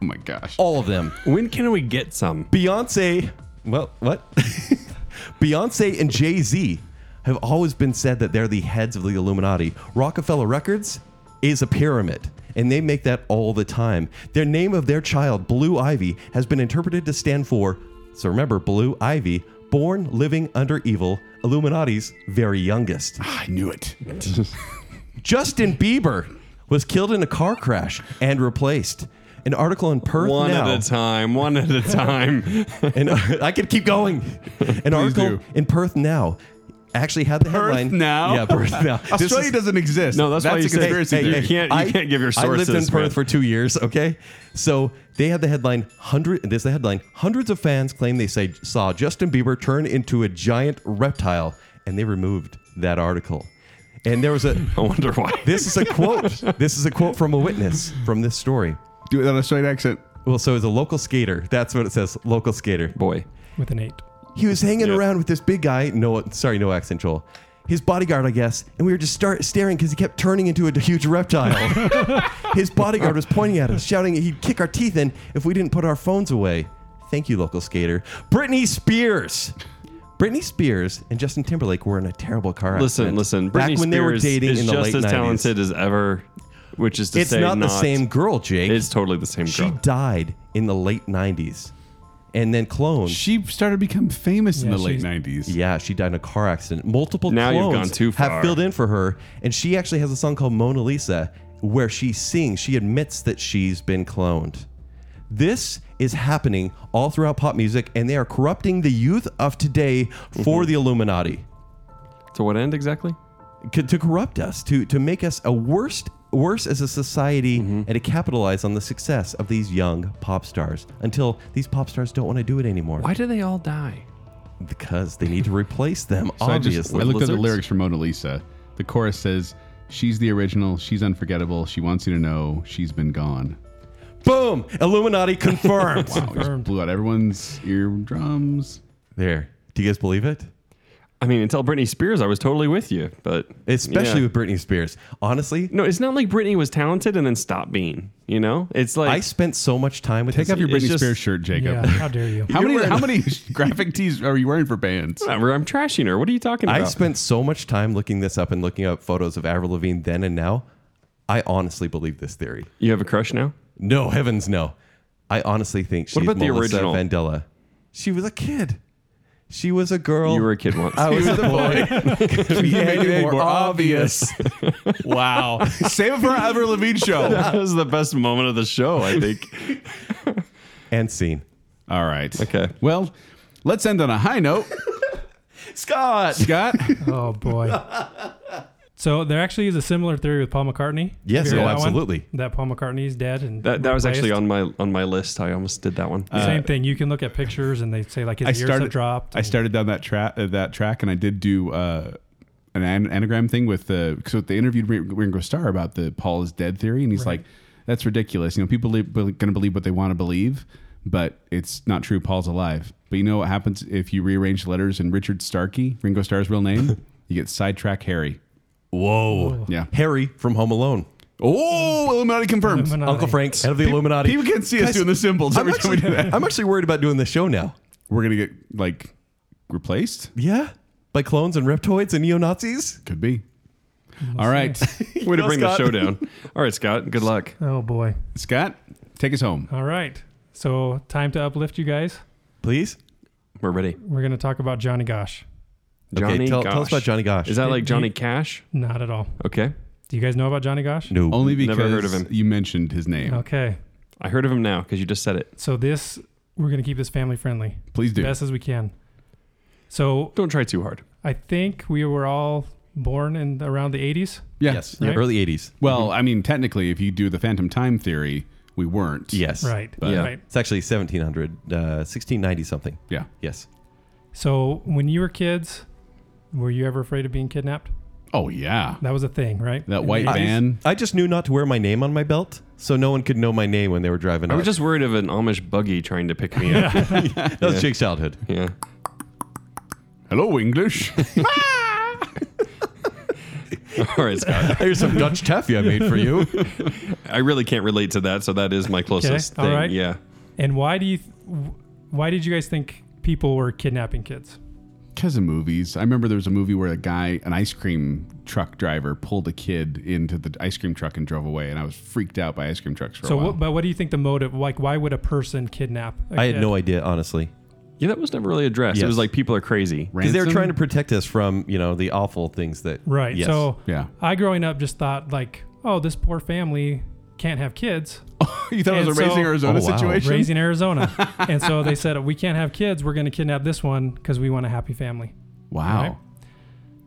Oh my gosh.
All of them.
when can we get some?
Beyonce, well, what? Beyonce and Jay Z have always been said that they're the heads of the Illuminati. Rockefeller Records is a pyramid, and they make that all the time. Their name of their child, Blue Ivy, has been interpreted to stand for, so remember, Blue Ivy, born living under evil, Illuminati's very youngest.
I knew it.
Justin Bieber was killed in a car crash and replaced. An article in Perth
One
now.
at a time. One at a time.
And I could keep going. An article
do.
in Perth Now actually had the
Perth
headline.
Now?
Yeah, Perth Now. This
Australia
is-
doesn't exist.
No, that's why you
a
said-
conspiracy
hey, hey,
theory.
hey. can't- you
I-
can't give your
I lived in
sources,
Perth
man.
for two years. Okay, so they had the headline hundred. There's the headline: hundreds of fans claim they say saw Justin Bieber turn into a giant reptile, and they removed that article. And there was a.
I wonder why.
This is a quote. this is a quote from a witness from this story.
Do it on an Australian accent.
Well, so it's a local skater. That's what it says. Local skater.
Boy,
with an eight.
He was hanging
Yeah.
around with this big guy. No, sorry, no accent, Joel. His bodyguard, I guess, and we were just start staring because he kept turning into a huge reptile. His bodyguard was pointing at us, shouting he'd kick our teeth in if we didn't put our phones away. Thank you, local skater. Britney Spears. Britney Spears and Justin Timberlake were in a terrible car
listen,
accident.
listen. Britney
Back when they were
Spears
dating
is
in the
just
late
as
90s.
talented as ever, which is to
It's
say,
not, the same girl, Jake.
It's totally the same
she
girl.
died in the late '90s, and then clones.
She started to become famous in
Yeah,
the late
she's-
90s.
Yeah, she died in a car accident. Multiple
Now you've
clones
gone too far.
have filled in for her, and she actually has a song called Mona Lisa where she sings. She admits that she's been cloned. This is happening all throughout pop music, and they are corrupting the youth of today
Mm-hmm.
for the Illuminati
To what end exactly?
c- to corrupt us, to to make us a worst worse as a society,
Mm-hmm.
and to capitalize on the success of these young pop stars until these pop stars don't want to do it anymore
Why do they all die?
because they need to replace them.
So I,
obviously,
just, I looked at the
lizards?
lyrics for Mona Lisa. The chorus says, She's the original. She's unforgettable. She wants you to know she's been gone.
Boom! Illuminati confirmed.
Wow, it just
Confirmed.
blew out everyone's eardrums.
There. Do you guys believe it?
I mean, until Britney Spears, I was totally with you, but
Especially
Yeah.
with Britney Spears. Honestly,
no, it's not like Britney was talented and then stopped being. You know, it's like
I spent so much time with
Take
this.
off your
it's
Britney
just-
Spears shirt, Jacob.
Yeah, how dare you?
How
You're
many,
wearing-
how many graphic tees are you wearing for bands?
whatever. I'm trashing her. What are you talking about?
I spent so much time looking this up and looking up photos of Avril Lavigne then and now. I honestly believe this theory.
You have a crush now?
No, heavens no. I honestly think she's
about the
Melissa
original?
Vandella. She was a kid. She was a girl.
You were a kid once.
Oh. I was a boy. Could be
make it
any
any
more
more
obvious.
Wow. Save it for our Avril Lavigne show.
that was the best moment of the show, I think.
and scene.
All right.
Okay.
Well, let's end on a high note.
Scott.
Scott,
Oh boy. So there actually is a similar theory with Paul McCartney. Have
Yes,
you heard
oh,
that one?
absolutely.
That Paul McCartney is dead, and
that, that was actually uh, on
replaced?
my on my list. I almost did that
Uh,
one.
Same thing. You can look at pictures, and they say like his
I
ears
started
have dropped.
I
and-
started down that track uh, that track and I did do uh an an- anagram thing with the so they interviewed Ring- Ringo Starr about the Paul is dead theory and he's like that's ridiculous. You know, people believe, going to believe what they want to believe, but it's not true Paul's alive. But you know what happens if you rearrange letters in Richard Starkey, Ringo Starr's real name? you get sidetrack Harry.
Whoa.
Yeah.
Harry from Home Alone.
Oh, Illuminati confirmed.
Illuminati.
Uncle Frank, head of the Illuminati.
People can see us
Guys,
doing the symbols
I'm
every time we do
actually,
that.
I'm actually worried about doing this show now.
We're gonna get like replaced.
Yeah, by clones and reptoids and neo Nazis.
Could be. All right,
Way to
Go,
bring the
Scott.
show down. All right, Scott. Good luck.
Oh boy.
Scott, take us home.
All right. So time to uplift you guys.
Please,
We're ready.
We're gonna talk about Johnny Gosh.
Johnny
okay, tell,
Gosh.
tell us about Johnny Gosh.
Is that like Johnny Cash?
Not at all.
Okay.
Do you guys know about Johnny Gosh?
no?
Only because
Never heard of him.
you mentioned his name.
Okay.
I heard of him now because you just said it.
So this we're gonna keep this family friendly.
Please do.
Best as we can. So
Don't try too hard.
I think we were all born in around the eighties.
Yeah.
yes,
Right?
early '80s.
Well, I mean, technically, if you do the phantom time theory, we weren't.
Yes,
Right.
But-
Yeah.
Right.
It's actually 1700, uh, 1690 something.
Yeah.
Yes.
So when you were kids, were you ever afraid of being kidnapped?
Oh yeah.
That was a thing, right?
That white
I-
van.
I just knew not to wear my name on my belt, so no one could know my name when they were driving.
I
up.
was just worried of an Amish buggy trying to pick me up.
that was Jake's childhood.
yeah.
Hello, English.
All right, Scott.
Here's some Dutch taffy I made for you.
I really can't relate to that, so that is my closest
Okay, all
thing.
right.
Yeah.
And why do you, th- why did you guys think people were kidnapping kids?
Because of movies. I remember there was a movie where a guy, an ice cream truck driver, pulled a kid into the ice cream truck and drove away, and I was freaked out by ice cream trucks for
So,
a while.
what, but what do you think the motive? Like, why would a person kidnap? I
I had no idea, honestly,
Yeah, that was never really addressed. It
Yes.
was like people are crazy.
because they were
Ransom?
trying to protect us from you know the awful things that.
Right.
Yes.
So,
Yeah.
I growing up just thought like, oh, this poor family can't have kids.
you thought it was
And
a
so-
raising Arizona
Oh, wow.
situation?
Raising Arizona, and so they said we can't have kids. We're going to kidnap this one because we want a happy family.
Wow.
Right.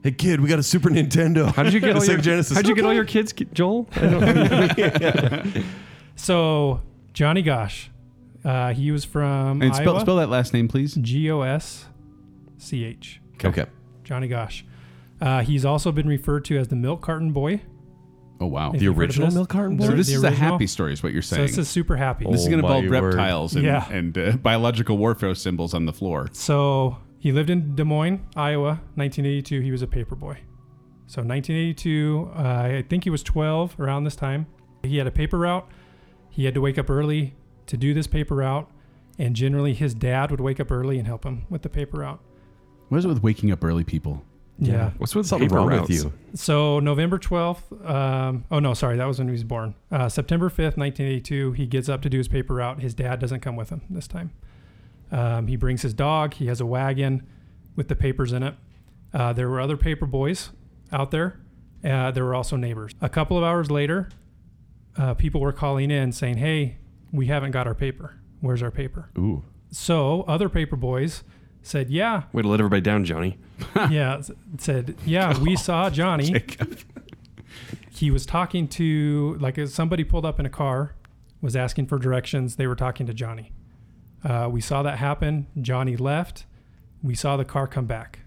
Hey kid, we got a Super Nintendo.
How did you get all
Sega
your
Genesis?
How'd you get all your kids, ki- Joel?
So Johnny Gosh, uh, he was from
And spell,
Iowa.
spell that last name, please.
G O S C H.
Okay.
Johnny Gosh. Uh, he's also been referred to as the milk carton boy.
Oh, wow.
If
The
you've heard of
original
this.
milk carton boy?
So
The-
this
the
is a
original.
happy story, is what you're
So
saying.
this is super happy.
this is going to
Oh, my
involve
word.
reptiles and,
Yeah.
and uh, biological warfare symbols on the floor.
So he lived in Des Moines, Iowa, 1982. He was a paper boy. So 1982, uh, I think he was 12 around this time. He had a paper route. He had to wake up early to do this paper route, and generally his dad would wake up early and help him with the paper route.
What is it with waking up early people?
Yeah.
What's with
Something
paper
wrong
routes?
with you?
So November 12th. Um, oh no, sorry, that was when he was born. Uh, September 5th, 1982. He gets up to do his paper route. His dad doesn't come with him this time. Um, he brings his dog. He has a wagon with the papers in it. Uh, there were other paper boys out there. Uh, there were also neighbors. A couple of hours later, uh, people were calling in saying, "Hey, we haven't got our paper. Where's our paper?"
Ooh.
So other paper boys said, "Yeah,
Way to let everybody down, Johnny.
yeah," s- said, "Yeah,
Oh,
we saw Johnny." he was talking to like if somebody pulled up in a car was asking for directions they were talking to johnny uh, we saw that happen johnny left we saw the car come back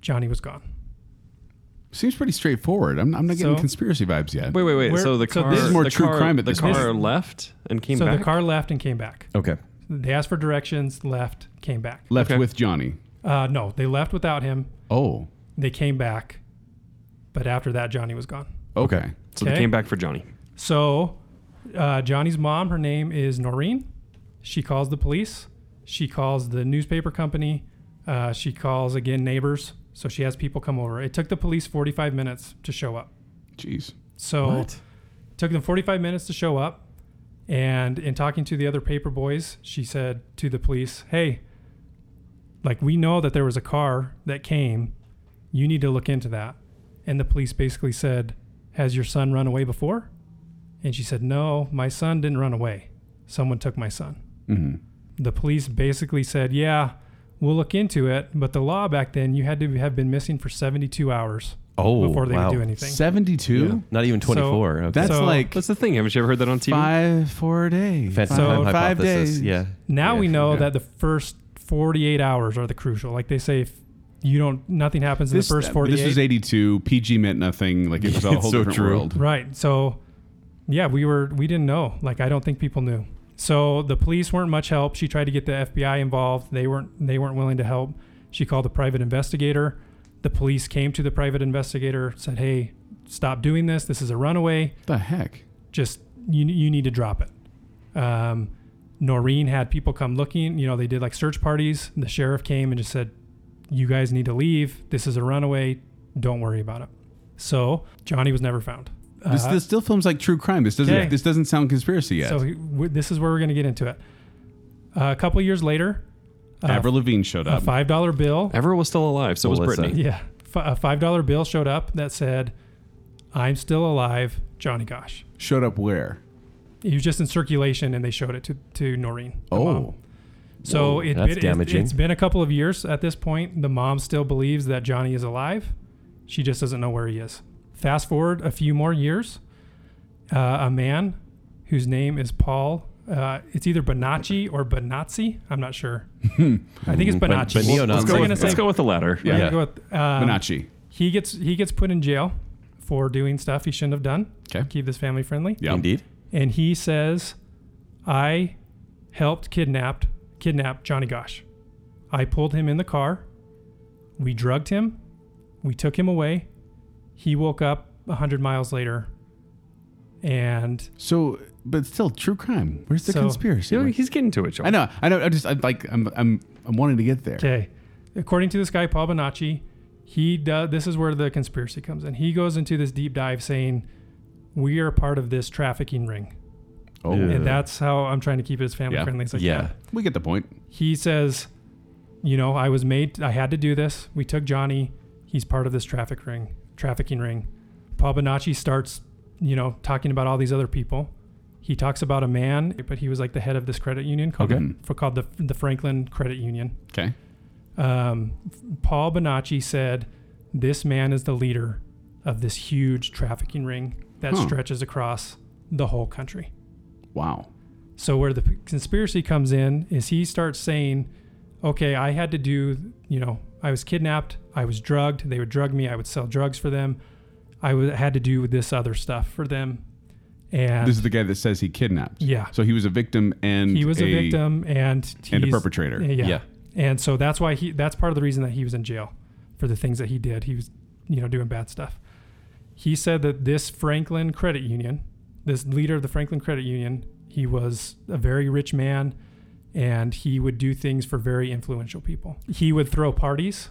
johnny was gone
Seems pretty straightforward. I'm, I'm not getting
So-
conspiracy vibes yet.
Wait, wait, wait.
Where-
so the
so
car,
this is
more
the
true
car-
crime at
The
this
car
point.
left and came
so
back.
the car left and came back
Okay.
they asked for directions left came back
Left
Okay.
with Johnny.
uh, no they left without him
Oh,
they came back but after that johnny was gone
okay.
so
okay.
they came back for Johnny.
So, uh, Johnny's mom, her name is Noreen. She calls the police. She calls the newspaper company. Uh, she calls again neighbors. So she has people come over. It took the police 45 minutes to show up.
Jeez.
So it took them 45 minutes to show up. And in talking to the other paper boys, she said to the police, "Hey, like we know that there was a car that came. You need to look into that." And the police basically said, "Has your son run away before?" And she said, "No, my son didn't run away. Someone took my son."
Mm-hmm.
The police basically said, "Yeah, we'll look into it, but the law back then you had to have been missing for 72 hours
Oh,
before they
wow.
would do anything."
72?
Not even 24. okay.
That's
So-
like
That's the thing. Haven't you ever heard that on TV?
five, four days.
Fat
So-
time
five
hypothesis.
days.
Yeah.
Now we know
yeah.
that the first 48 hours are the crucial. Like they say, if you don't, nothing happens
This,
in the first 48.
this was 82. PG meant nothing. Like it was a
It's
whole
so
different
true.
world.
right. So, yeah, we were, we didn't know. Like I don't think people knew. So the police weren't much help. She tried to get the FBI involved. They weren't, they weren't willing to help. She called a private investigator. The police came to the private investigator, said, "Hey, stop doing this. This is a runaway.
The heck?
Just you, you need to drop it. Um, Noreen had people come looking. You know, they did like search parties. And the sheriff came and just said, "You guys need to leave. This is a runaway. Don't worry about it." So Johnny was never found.
This,
Uh,
this still films like true crime. This doesn't.
Okay.
This doesn't sound conspiracy yet.
So he- w- this is where we're going to get into it. Uh, a couple years later, uh,
Avril Lavigne showed
a
up.
five dollar bill.
Everett was still alive, so was
Melissa.
Brittany.
Yeah, fi- a five dollar bill showed up that said, "I'm still alive, Johnny Gosh."
showed up where?
He was just in circulation, and they showed it to to Noreen. the mom.
Oh,
so
Whoa,
it,
that's
it-
damaging.
it's been a couple of years at this point. The mom still believes that Johnny is alive. She just doesn't know where he is. Fast forward a few more years, uh, a man whose name is Paul. Uh, it's either Bonacci or Bonazzi. I'm not sure. I think it's
But-
Bonacci.
but
We're
neo-Nazis. Let's
gonna
go with-
say-
Let's go with the latter.
we're gonna
Yeah.
go with, um,
Bonacci.
he gets he gets put in jail for doing stuff he shouldn't have done.
'Kay.
Keep this family friendly.
Yeah.
Indeed.
And he says, I helped kidnapped kidnap Johnny Gosh. I pulled him in the car. We drugged him. We took him away. He woke up a hundred miles later. And
So, but still, true crime. Where's the
So-
conspiracy?
You know, he's getting to it, John.
I know. I know. I just. I'm like. I'm. I'm. I'm wanting to get there.
okay. According to this guy, Paul Bonacci, he does this is where the conspiracy comes in. He goes into this deep dive saying, We are part of this trafficking ring.
Oh,
Yeah.
and that's how I'm trying to keep it as family
Yeah.
friendly as I
Yeah.
can.
we get the point.
He says, you know, I was made, I had to do this. We took Johnny. He's part of this traffic ring, trafficking ring. Paul Bonacci starts, you know, talking about all these other people. He talks about a man, but he was like the head of this credit union called,
Okay.
for, called the, the Franklin Credit Union.
Mm-hmm. Okay.
Um, Paul Bonacci said, this man is the leader of this huge trafficking ring that
Huh.
stretches across the whole country.
Wow.
So where the p- conspiracy comes in is he starts saying, "Okay, I had to do, you know, I was kidnapped, I was drugged, they would drug me, I would sell drugs for them. I wa- had to do this other stuff for them." And
This is the guy that says he kidnapped.
Yeah.
So he was a victim and
he was a, victim and
and a
he's-
perpetrator.
Yeah.
Yeah.
And so that's why he that's part of the reason that he was in jail for the things that he did. He was, you know, doing bad stuff. He said that this Franklin Credit Union, this leader of the Franklin Credit Union, he was a very rich man and he would do things for very influential people. He would throw parties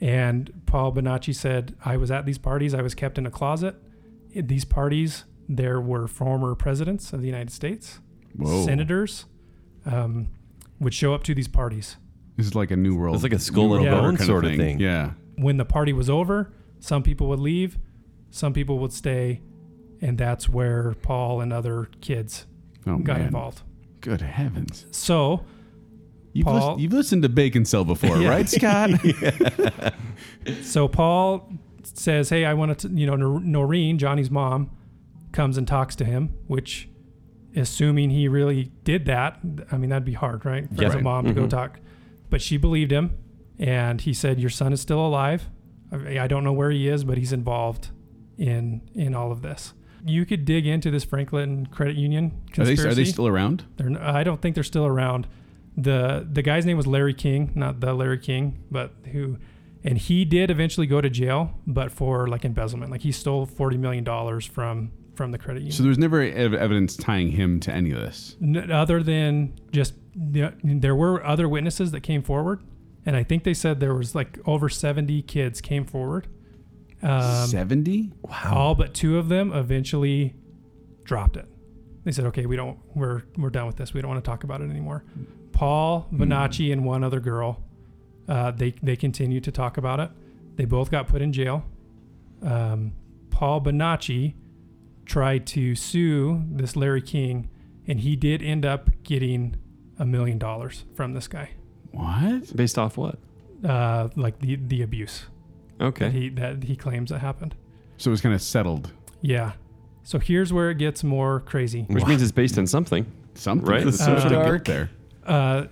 and Paul Bonacci said, "I was at these parties, I was kept in a closet. At these parties there were former presidents of the United States."
Whoa.
senators um, would show up to these parties.
This is like a new world.
It's like a skull
New
and
World Order
bone
kind
sort of thing.
Yeah.
When the party was over, some people would leave, some people would stay, and that's where Paul and other kids
Oh,
got
man.
involved.
Good heavens.
So,
You've, lis-
Paul-
you've listened to Bacon Cell before, right, Scott?
so Paul says, "Hey, I want to," you know, Nor- Noreen, Johnny's mom, comes and talks to him, which. Assuming he really did that, I mean that'd be hard, right? For
Yeah.
a mom
Mm-hmm.
to go talk, but she believed him, and he said, "Your son is still alive. I I don't know where he is, but he's involved in in all of this." You could dig into this Franklin Credit Union
are, they,
conspiracy.
are they still around?
They're, n- I don't think they're still around. the The guy's name was Larry King, not the Larry King, but who, and he did eventually go to jail, but for like embezzlement, like he stole forty million dollars from from the credit union.
So there's never e-, ev- evidence tying him to any of this.
N- other than just you know, there were other witnesses that came forward, and I think they said there was like over seventy kids came forward. Um,
70?
all but two of them eventually dropped it. They said, "Okay, we don't. We're we're done with this. We don't want to talk about it anymore." Paul Bonacci and one other girl, uh, they they continued to talk about it. They both got put in jail. Um, Paul Bonacci tried to sue this Larry King, and he did end up getting a million dollars from this guy,
What?
Based off what?
uh, like the the abuse that
Okay.
he that he claims that happened.
So it was kind of settled.
Yeah. So here's where it gets more crazy.
Which means it's based on something.
Something.
Right.
This is
Uh,
how they
dark.
get there.
Uh,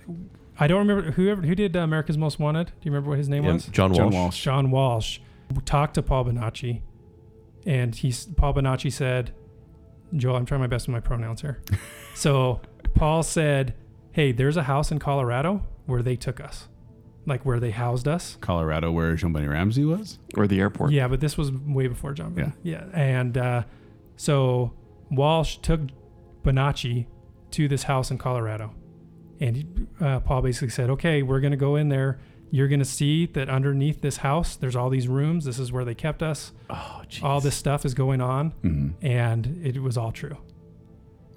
I don't remember whoever who did uh, America's Most Wanted. Do you remember what his name
Yeah,
was?
John Walsh.
John Walsh.
Sean Walsh talked to Paul Bonacci, and he s- Paul Bonacci said, "Joel, I'm trying my best with my pronouns here." so Paul said, "Hey, there's a house in Colorado where they took us. like where they housed us.
Colorado, where Jean Bonnet Ramsey was.
or the airport.
Yeah, but this was way before John. Bonac- Yeah. And uh, so Walsh took Bonacci to this house in Colorado. And he- uh, Paul basically said, okay, we're going to go in there. You're going to see that underneath this house, there's all these rooms. This is where they kept us.
Oh, jeez.
All this stuff is going on.
Mhm.
And it was all true.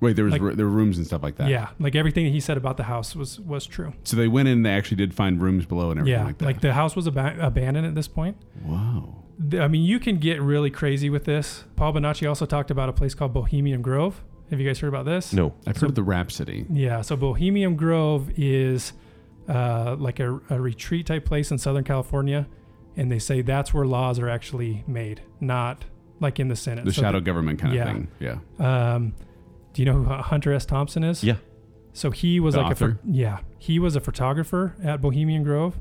Wait, there was
Mm-hmm. Like-
r- there were rooms and stuff like that.
Yeah. Like everything he said about the house was, was true.
So they went in. and They actually did find rooms below and everything
Yeah.
like
Like,
that.
the house was ab- abandoned at this point.
wow.
Th- I mean, you can get really crazy with this. Paul Bonacci also talked about a place called Bohemian Grove. Have you guys heard about this?
No.
I've heard of the Rhapsody.
Yeah. So Bohemian Grove is uh, like a, a retreat type place in Southern California, and they say that's where laws are actually made, not like in the Senate.
The
So
shadow government kind
yeah.
of thing. Yeah.
the- um, do you know who Hunter S. Thompson is?
Yeah.
So he was
The
like a
author?
pho- yeah, he was a photographer at Bohemian Grove,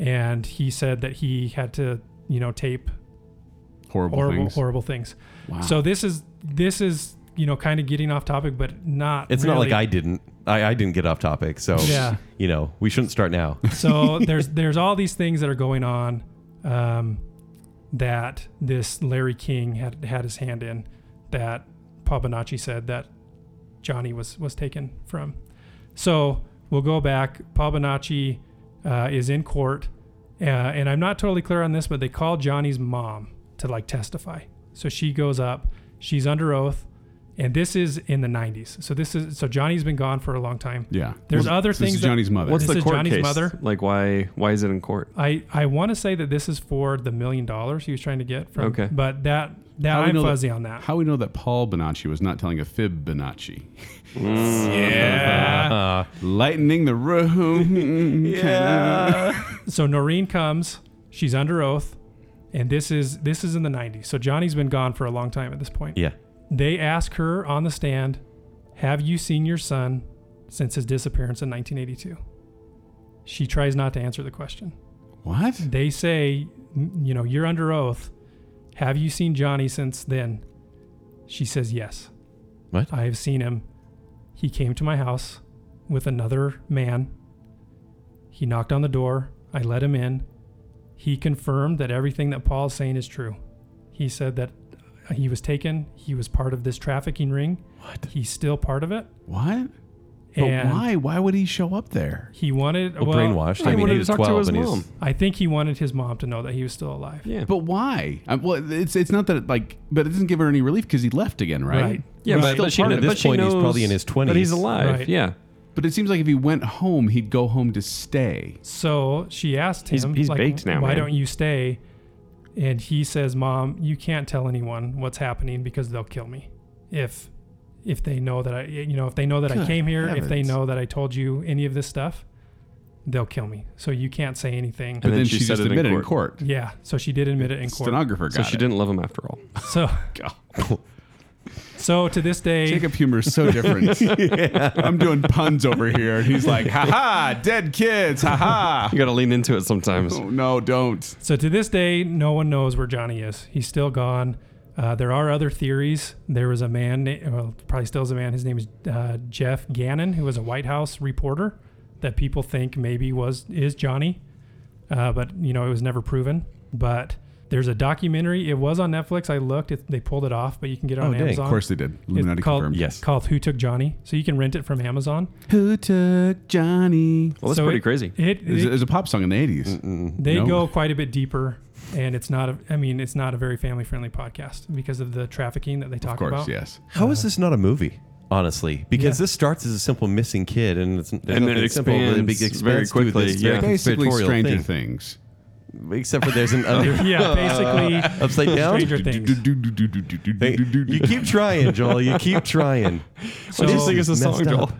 and he said that he had to you know tape
Horrible,
horrible
things.
horrible things.
Wow.
So this is this is you know kind of getting off topic, but not.
It's not like
really.
I didn't. I, I didn't get off topic, so
Yeah.
you know we shouldn't start now.
So there's there's all these things that are going on um, that this Larry King had had his hand in that Pabanacci said that Johnny was was taken from. So we'll go back. Pabanacci uh, is in court, uh, and I'm not totally clear on this, but they call Johnny's mom to like testify. So she goes up. She's under oath, and this is in the 90s. So this is so Johnny's been gone for a long time.
yeah.
There's
Well,
other
so this
things
is
that-
Johnny's mother.
What's
This
the
is
court
Johnny's
case?
mother?
Like why why is it in court?
I, I want to say that this is for the million dollars he was trying to get from.
Okay.
But that that
How do we
I'm
know that-
fuzzy on that.
How we know that Paul Bonacci was not telling a fib Bonacci?
Mm.
Uh,
Lightening the room. yeah.
So Noreen comes. She's under oath, and this is this is in the '90s. So Johnny's been gone for a long time at this point.
yeah.
They ask her on the stand, "Have you seen your son since his disappearance in 1982?" She tries not to answer the question.
What?
They say, m- "You know, you're under oath. Have you seen Johnny since then?" She says, "Yes."
What?
I have seen him. He came to my house with another man. He knocked on the door. I let him in. He confirmed that everything that Paul is saying is true. He said that uh, he was taken. He was part of this trafficking ring.
What?
He's still part of it.
What? But
and
why? Why would he show up there?
He wanted.
Well,
well,
brainwashed. I
he
mean,
wanted
he
to
was
talk to
12
his
and he's
mom.
I think he wanted his mom to know that he was still alive.
Yeah.
But why? I, well, it's it's not that it, like, but it doesn't give her any relief because he left again, right?
Right.
yeah,
Right.
but,
Still
but she,
part of
kn-
this
but she
point, he's
knows
probably in his
But
20s.
he's alive.
Right.
Yeah.
But it seems like if he went home, he'd go home to stay.
So she asked him,
He's- he's baked now,
Why
man."
don't you stay? And he says, Mom, you can't tell anyone what's happening because they'll kill me. If if they know that I you know, if they know that I
Good
came here, if they
heavens.
know that I told you any of this stuff, they'll kill me. So you can't say anything.
But
And
then,
then
she,
she said
just
it in
admitted in
court.
court.
Yeah. So she did admit it in court.
Stenographer got
So she
it.
didn't love him after all.
So So to this day
Jacob humor is so different. I'm doing puns over here, and he's like, "Ha ha, dead kids, ha ha."
You got to lean into it sometimes.
Oh, no, don't.
So to this day, no one knows where Johnny is. He's still gone. Uh, there are other theories. There was a man, na- well, probably still is a man. His name is uh, Jeff Gannon, who was a White House reporter that people think maybe was is Johnny, uh, but you know it was never proven. But there's a documentary. It was on Netflix. I looked. It, they pulled it off, but you can get it on
dang, of
Amazon.
Of course they did. Illuminati
It's called,
confirmed.
Yes.
called Who Took Johnny. So you can rent it from Amazon.
Who took Johnny?
Well, that's
So
pretty
it-
crazy.
It,
It was,
it-
it was a pop song in the 80s.
they
No.
go quite a bit deeper and it's not a i mean it's not a very family friendly podcast because of the trafficking that they talk
Of course,
about
yes.
How is this not a movie? Honestly, because
Yeah.
this starts as a simple missing kid, and it's and
then it expands very quickly, yeah.
Basically, Stranger
thing.
Things.
Except for there's an under
yeah basically
upside down.
stranger things
They- you keep trying, Joel. You keep trying.
so,
This
sing
is
us a
messed
song,
up.
Joel?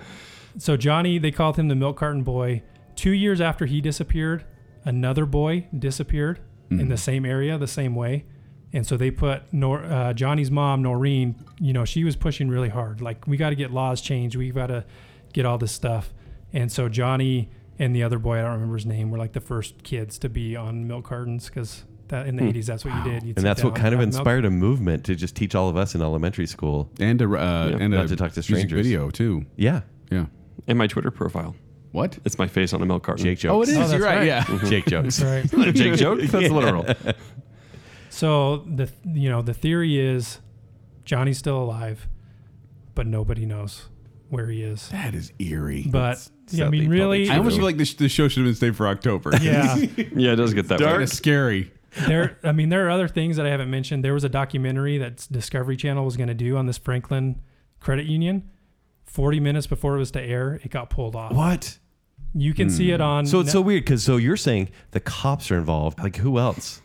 so johnny they called him the milk carton boy two years after he disappeared another boy disappeared in
Hmm.
the same area the same way and so they put Nor- uh, johnny's mom noreen you know she was pushing really hard like we got to get laws changed we got to get all this stuff and so johnny and the other boy i don't remember his name were like the first kids to be on milk cartons because that in the 80s that's what you did You'd sit
Hmm. And that's what
down,
kind of
have milk.
inspired a movement to just teach all of us in elementary school.
And a, uh, and a
not to talk to
music
strangers.
video, too.
Yeah.
Yeah.
In my Twitter profile.
What?
It's my face on a milk carton.
Jake jokes.
Oh, it is.
that's
You're right.
right.
Yeah.
Jake jokes.
That's right.
Jake joke? That's literal.
So the th- you know the theory is Johnny's still alive, but nobody knows where he is.
That is eerie.
But yeah, I
sadly
mean,
probably
really,
I almost
True.
feel like this, this show should have been saved for October.
yeah.
Yeah, it does get that
Dark.
way.
It's scary.
there, I mean, there are other things that I haven't mentioned. There was a documentary that Discovery Channel was going to do on this Franklin Credit Union. Forty minutes before it was to air, it got pulled off.
What? Hmm.
You can see it on.
So it's
Net-
so weird because so you're saying the cops are involved. Like who else?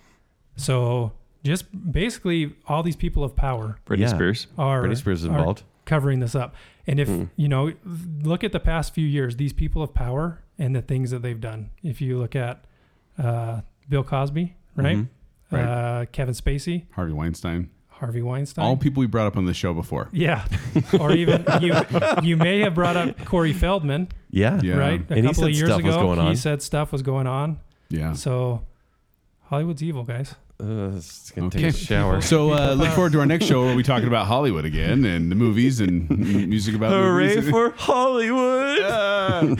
So just basically, all these people of power
Britney
Yeah.
Spears.
are
Britney Spears is
are
involved. Mm.
covering this up. And if you know, look at the past few years, these people of power and the things that they've done. If you look at uh, Bill Cosby, right?
Mm-hmm.
Right.
Uh, Kevin Spacey,
Harvey Weinstein.
Harvey Weinstein.
All people we brought up on the show before.
yeah, or even you. You may have brought up Corey Feldman,
Yeah.
Yeah.
right? A
And he
couple
said
of years
stuff
ago,
was going
he
on.
said stuff was going on.
Yeah.
So Hollywood's evil, guys.
Uh, it's gonna
Okay.
take a shower.
So uh, look forward to our next show where we'll be talking about Hollywood again and the movies and m- music about
Hooray
movies.
for Hollywood!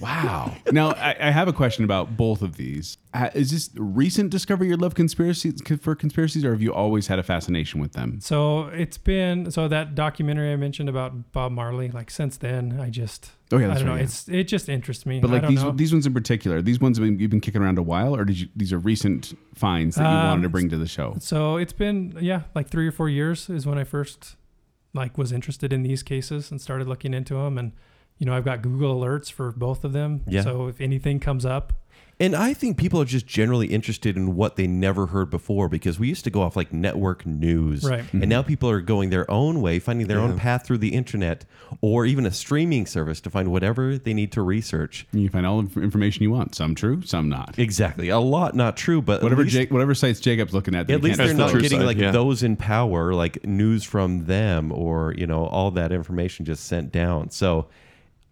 wow. Now I, I have a question about both of these. Uh, Is this recent discovery your love conspiracies for conspiracies, or have you always had a fascination with them?
So it's been so that documentary I mentioned about Bob Marley. Like since then, I just
Oh, yeah,
I
that's
don't know.
right, yeah.
It's it just interests me.
But
I
like
don't
these
know.
these ones in particular, these ones have been, you've been kicking around a while, or did you? These are recent finds that you
Um,
wanted to bring to the show.
so it's been yeah like three or four years is when I first like was interested in these cases and started looking into them and you know I've got Google alerts for both of them.
Yeah.
So if anything comes up,
And I think people are just generally interested in what they never heard before because we used to go off like network news.
Right.
And now people are going their own way, finding their own path through the internet or even a streaming service to find whatever they need to research.
You can find all the information you want. Some true, some not.
Exactly. A lot not true, but at
Whatever
least-
Jake, whatever sites Jacob's looking at, that
At
you
least
can't
they're
trust
not
the
getting
website.
like
yeah.
those in power, like news from them or, you know, all that information just sent down. So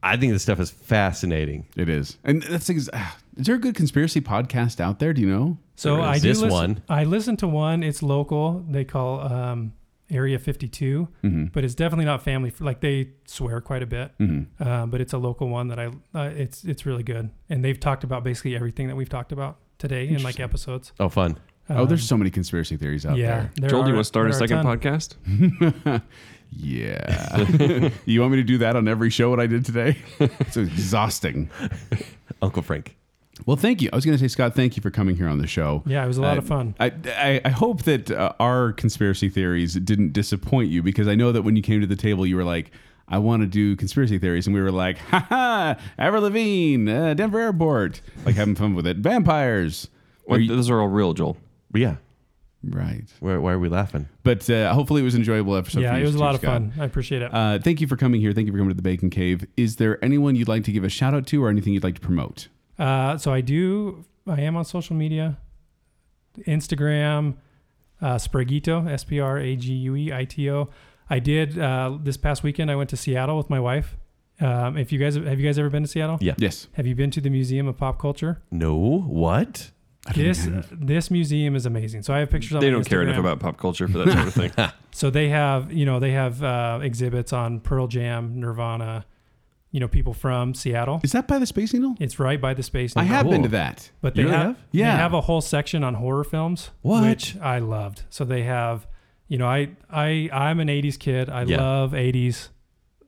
I think this stuff is fascinating.
It is, and that's ex- ah, is there a good conspiracy podcast out there? Do you know?
So
There
I
is
do
this
listen,
one.
I listen to one. It's local. They call um, Area 52, but it's definitely not family. fr- Like they swear quite a bit, uh, but it's a local one that I. Uh, it's it's really good, and they've talked about basically everything that we've talked about today in like episodes.
Oh, fun.
oh, there's so many conspiracy theories out
Um, yeah,
there.
there
Joel, do you
are-
want to start a
there are
second
ton.
podcast?
Yeah. you want me to do that on every show? What I did today? It's exhausting.
Uncle Frank.
Well, thank you. I was going to say, Scott, thank you for coming here on the show.
Yeah, it was a lot
I-
of fun.
I, I, I hope that uh, our conspiracy theories didn't disappoint you because I know that when you came to the table, you were like, I want to do conspiracy theories. And we were like, ha ha, Avril Lavigne, uh, Denver Airport, like having fun with it. Vampires. Or
Well,
you-
those are all real, Joel.
But yeah.
right.
Why, why are we laughing?
But uh, hopefully it was an enjoyable episode. for
yeah,
you
it was a
too,
lot of
Scott.
fun. I appreciate it.
Uh, thank you for coming here. Thank you for coming to the Bacon Cave. Is there anyone you'd like to give a shout out to or anything you'd like to promote?
Uh, so I do. I am on social media, Instagram, uh, Spragito, S P R A G U E I T O. I did uh, this past weekend. I went to Seattle with my wife. Um, if you guys have you guys ever been to Seattle?
Yeah.
Yes.
Have you been to the Museum of Pop Culture?
No, what?
This this museum is amazing. So I have pictures. on
They
my
don't care enough
Instagram.
about pop culture for that sort of thing.
So they have, you know, they have uh, exhibits on Pearl Jam, Nirvana, you know, people from Seattle.
Is that by the Space Needle?
It's right by the space.
I
Needle.
have been to
Cool.
that.
But they
You really
have,
have?
Yeah.
they have a whole section on horror films,
What?
which I loved. So they have, you know, I I I'm an '80s kid. I
Yeah.
love '80s.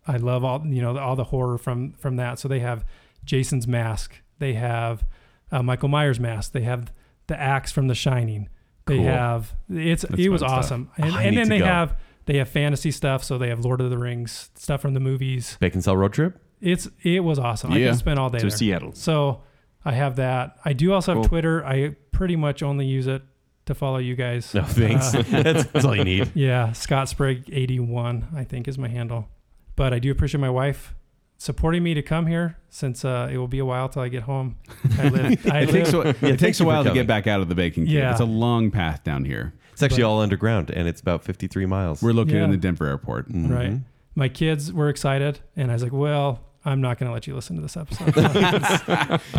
I love all you know all the horror from from that. So they have Jason's mask. They have uh, Michael Myers mask. They have the axe from The Shining. They
Cool.
have it's it was
fun stuff.
awesome. And,
I
and
need
then
to
they
go.
have they have fantasy stuff. So they have Lord of the Rings stuff from the movies.
Bacon cell road trip?
It's it was awesome. I
Yeah.
could spend all day
So
there.
Seattle.
So I have that. I do also have
Cool.
Twitter. I pretty much only use it to follow you guys.
No, thanks.
Uh,
that's, that's all you need.
yeah, Scott Sprague eighty one I think is my handle. But I do appreciate my wife supporting me to come here since uh, it will be a while till I get home. I live. I
It takes,
live
a, it takes a
you for
while to
coming.
get back out of the Bacon Cave.
Yeah.
It's a long path down here.
It's actually
But-
all underground and it's about 53 miles.
We're located in
Yeah. Mm.
the Denver airport.
right. My kids were excited, and I was like, "Well, I'm not going to let you listen to this episode.
Please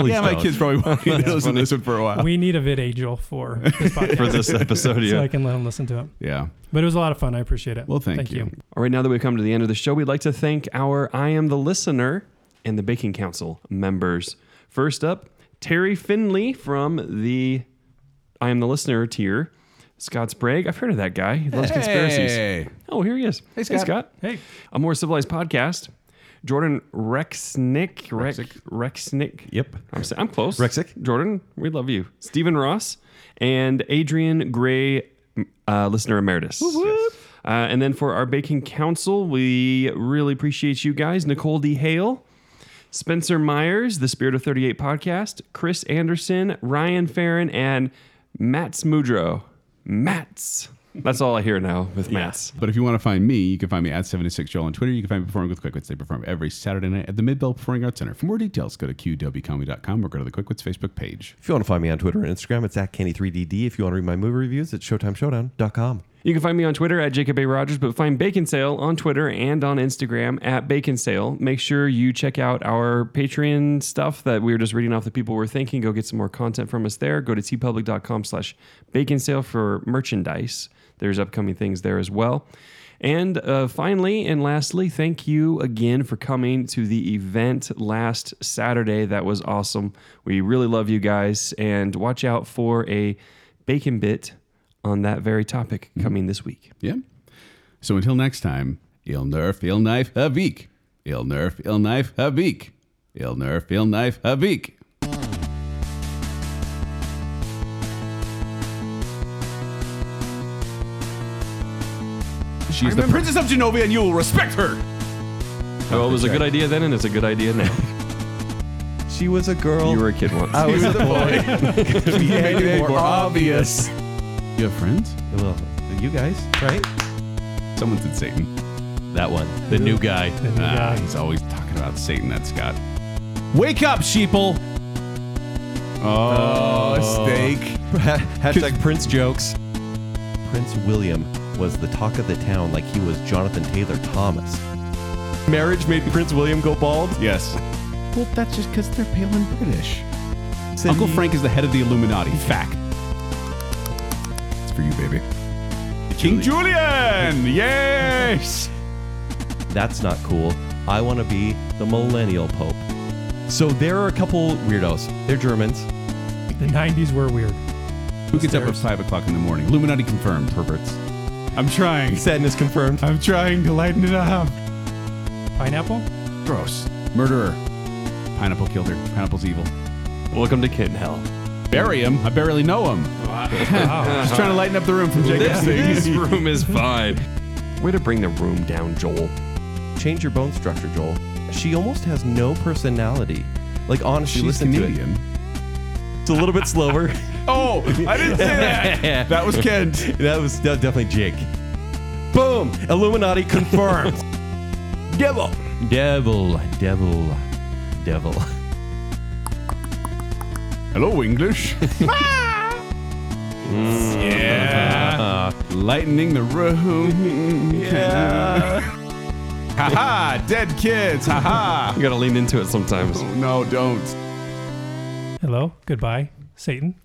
yeah, my
don't.
kids probably won't be
That's
listening to this one for a while.
we need a vid angel for this podcast,
for this episode,
so
yeah.
I can let them listen to it."
yeah.
But it was a lot of fun. I appreciate it.
Well, thank you.
All right, now that we've come to the end of the show, we'd like to thank our I Am the Listener and the Baking Council members. First up, Terry Finley from the I Am the Listener tier. Scott Sprague. I've heard of that guy. He loves conspiracies.
Hey.
Oh, here he is. Hey,
Scott.
Hey.
A More Civilized Podcast. Jordan Rexnick. Rex, Rexnick.
Yep.
I'm, sa- I'm close.
Rexick.
Jordan, we love you. Stephen Ross and Adrian Gray, uh, listener emeritus. Uh, and then for our baking council, we really appreciate you guys. Nicole D. Hale, Spencer Myers, the Spirit of 38 podcast, Chris Anderson, Ryan Farron, and Mats Mudro. Mats. That's all I hear now with Mats.
But if you want to find me, you can find me at 76Joel on Twitter. You can find me performing with Quickwits. They perform every Saturday night at the Midbell Performing Arts Center. For more details, go to qwcomedy.com or go to the Quickwits Facebook page.
If you want to find me on Twitter and Instagram, it's at Kenny3DD. If you want to read my movie reviews, it's ShowtimeShowdown.com.
You can find me on Twitter at Jacob A. Rogers, but find Bacon Sale on Twitter and on Instagram at Bacon Sale. Make sure you check out our Patreon stuff that we were just reading off the people we're thinking. Go get some more content from us there. Go to tpublic.com slash bacon sale for merchandise. There's upcoming things there as well. And uh, finally and lastly, thank you again for coming to the event last Saturday. That was awesome. We really love you guys. And watch out for a bacon bit on that very topic coming this week.
Yeah. So until next time, il nerf, il knife, havik. Il nerf, il knife, havik. Il nerf, il knife, havik. She's the princess of Genovia, and you will respect her.
Well, it was a good idea then, and it's a good idea now.
She was a girl.
you were a kid once.
I was a boy.
You
made it more
obvious. You have friends?
well, you guys, right?
Someone said Satan.
That one. The new guy.
Ah, he's always talking about Satan, that Scott. Wake up, sheeple! Oh, steak.
Hashtag Prince jokes. Prince William was the talk of the town like he was Jonathan Taylor Thomas. Marriage made Prince William go bald.
Yes. Well, that's just because they're pale and British.
Said
Uncle
he-
Frank is the head of the Illuminati. Fact. It's for you, baby. King Julian! Yes!
That's not cool. I want to be the millennial pope. So there are a couple weirdos. They're Germans.
The 90s were weird.
Who gets up at 5 o'clock in the morning? Illuminati confirmed. Perverts. I'm trying.
Sadness confirmed.
I'm trying to lighten it up.
Pineapple?
Gross. Murderer. Pineapple killed her. Pineapple's evil.
Welcome to Kid Hell.
Bury him. I barely know him. Just trying to lighten up the room from Jacob's thing.
this room is fine. Way to bring the room down, Joel.
Change your bone structure, Joel. She almost has no personality. Like honestly,
She's
listen to it.
Canadian.
It's a little bit slower.
Oh, I didn't say that. that was Kent.
that was that was definitely Jake. Boom! Illuminati confirmed. devil, devil, devil, devil.
Hello, English. yeah. Lightening the room. Yeah. Haha, dead kids. Haha.
You gotta lean into it sometimes.
No, don't.
Hello? Goodbye, Satan?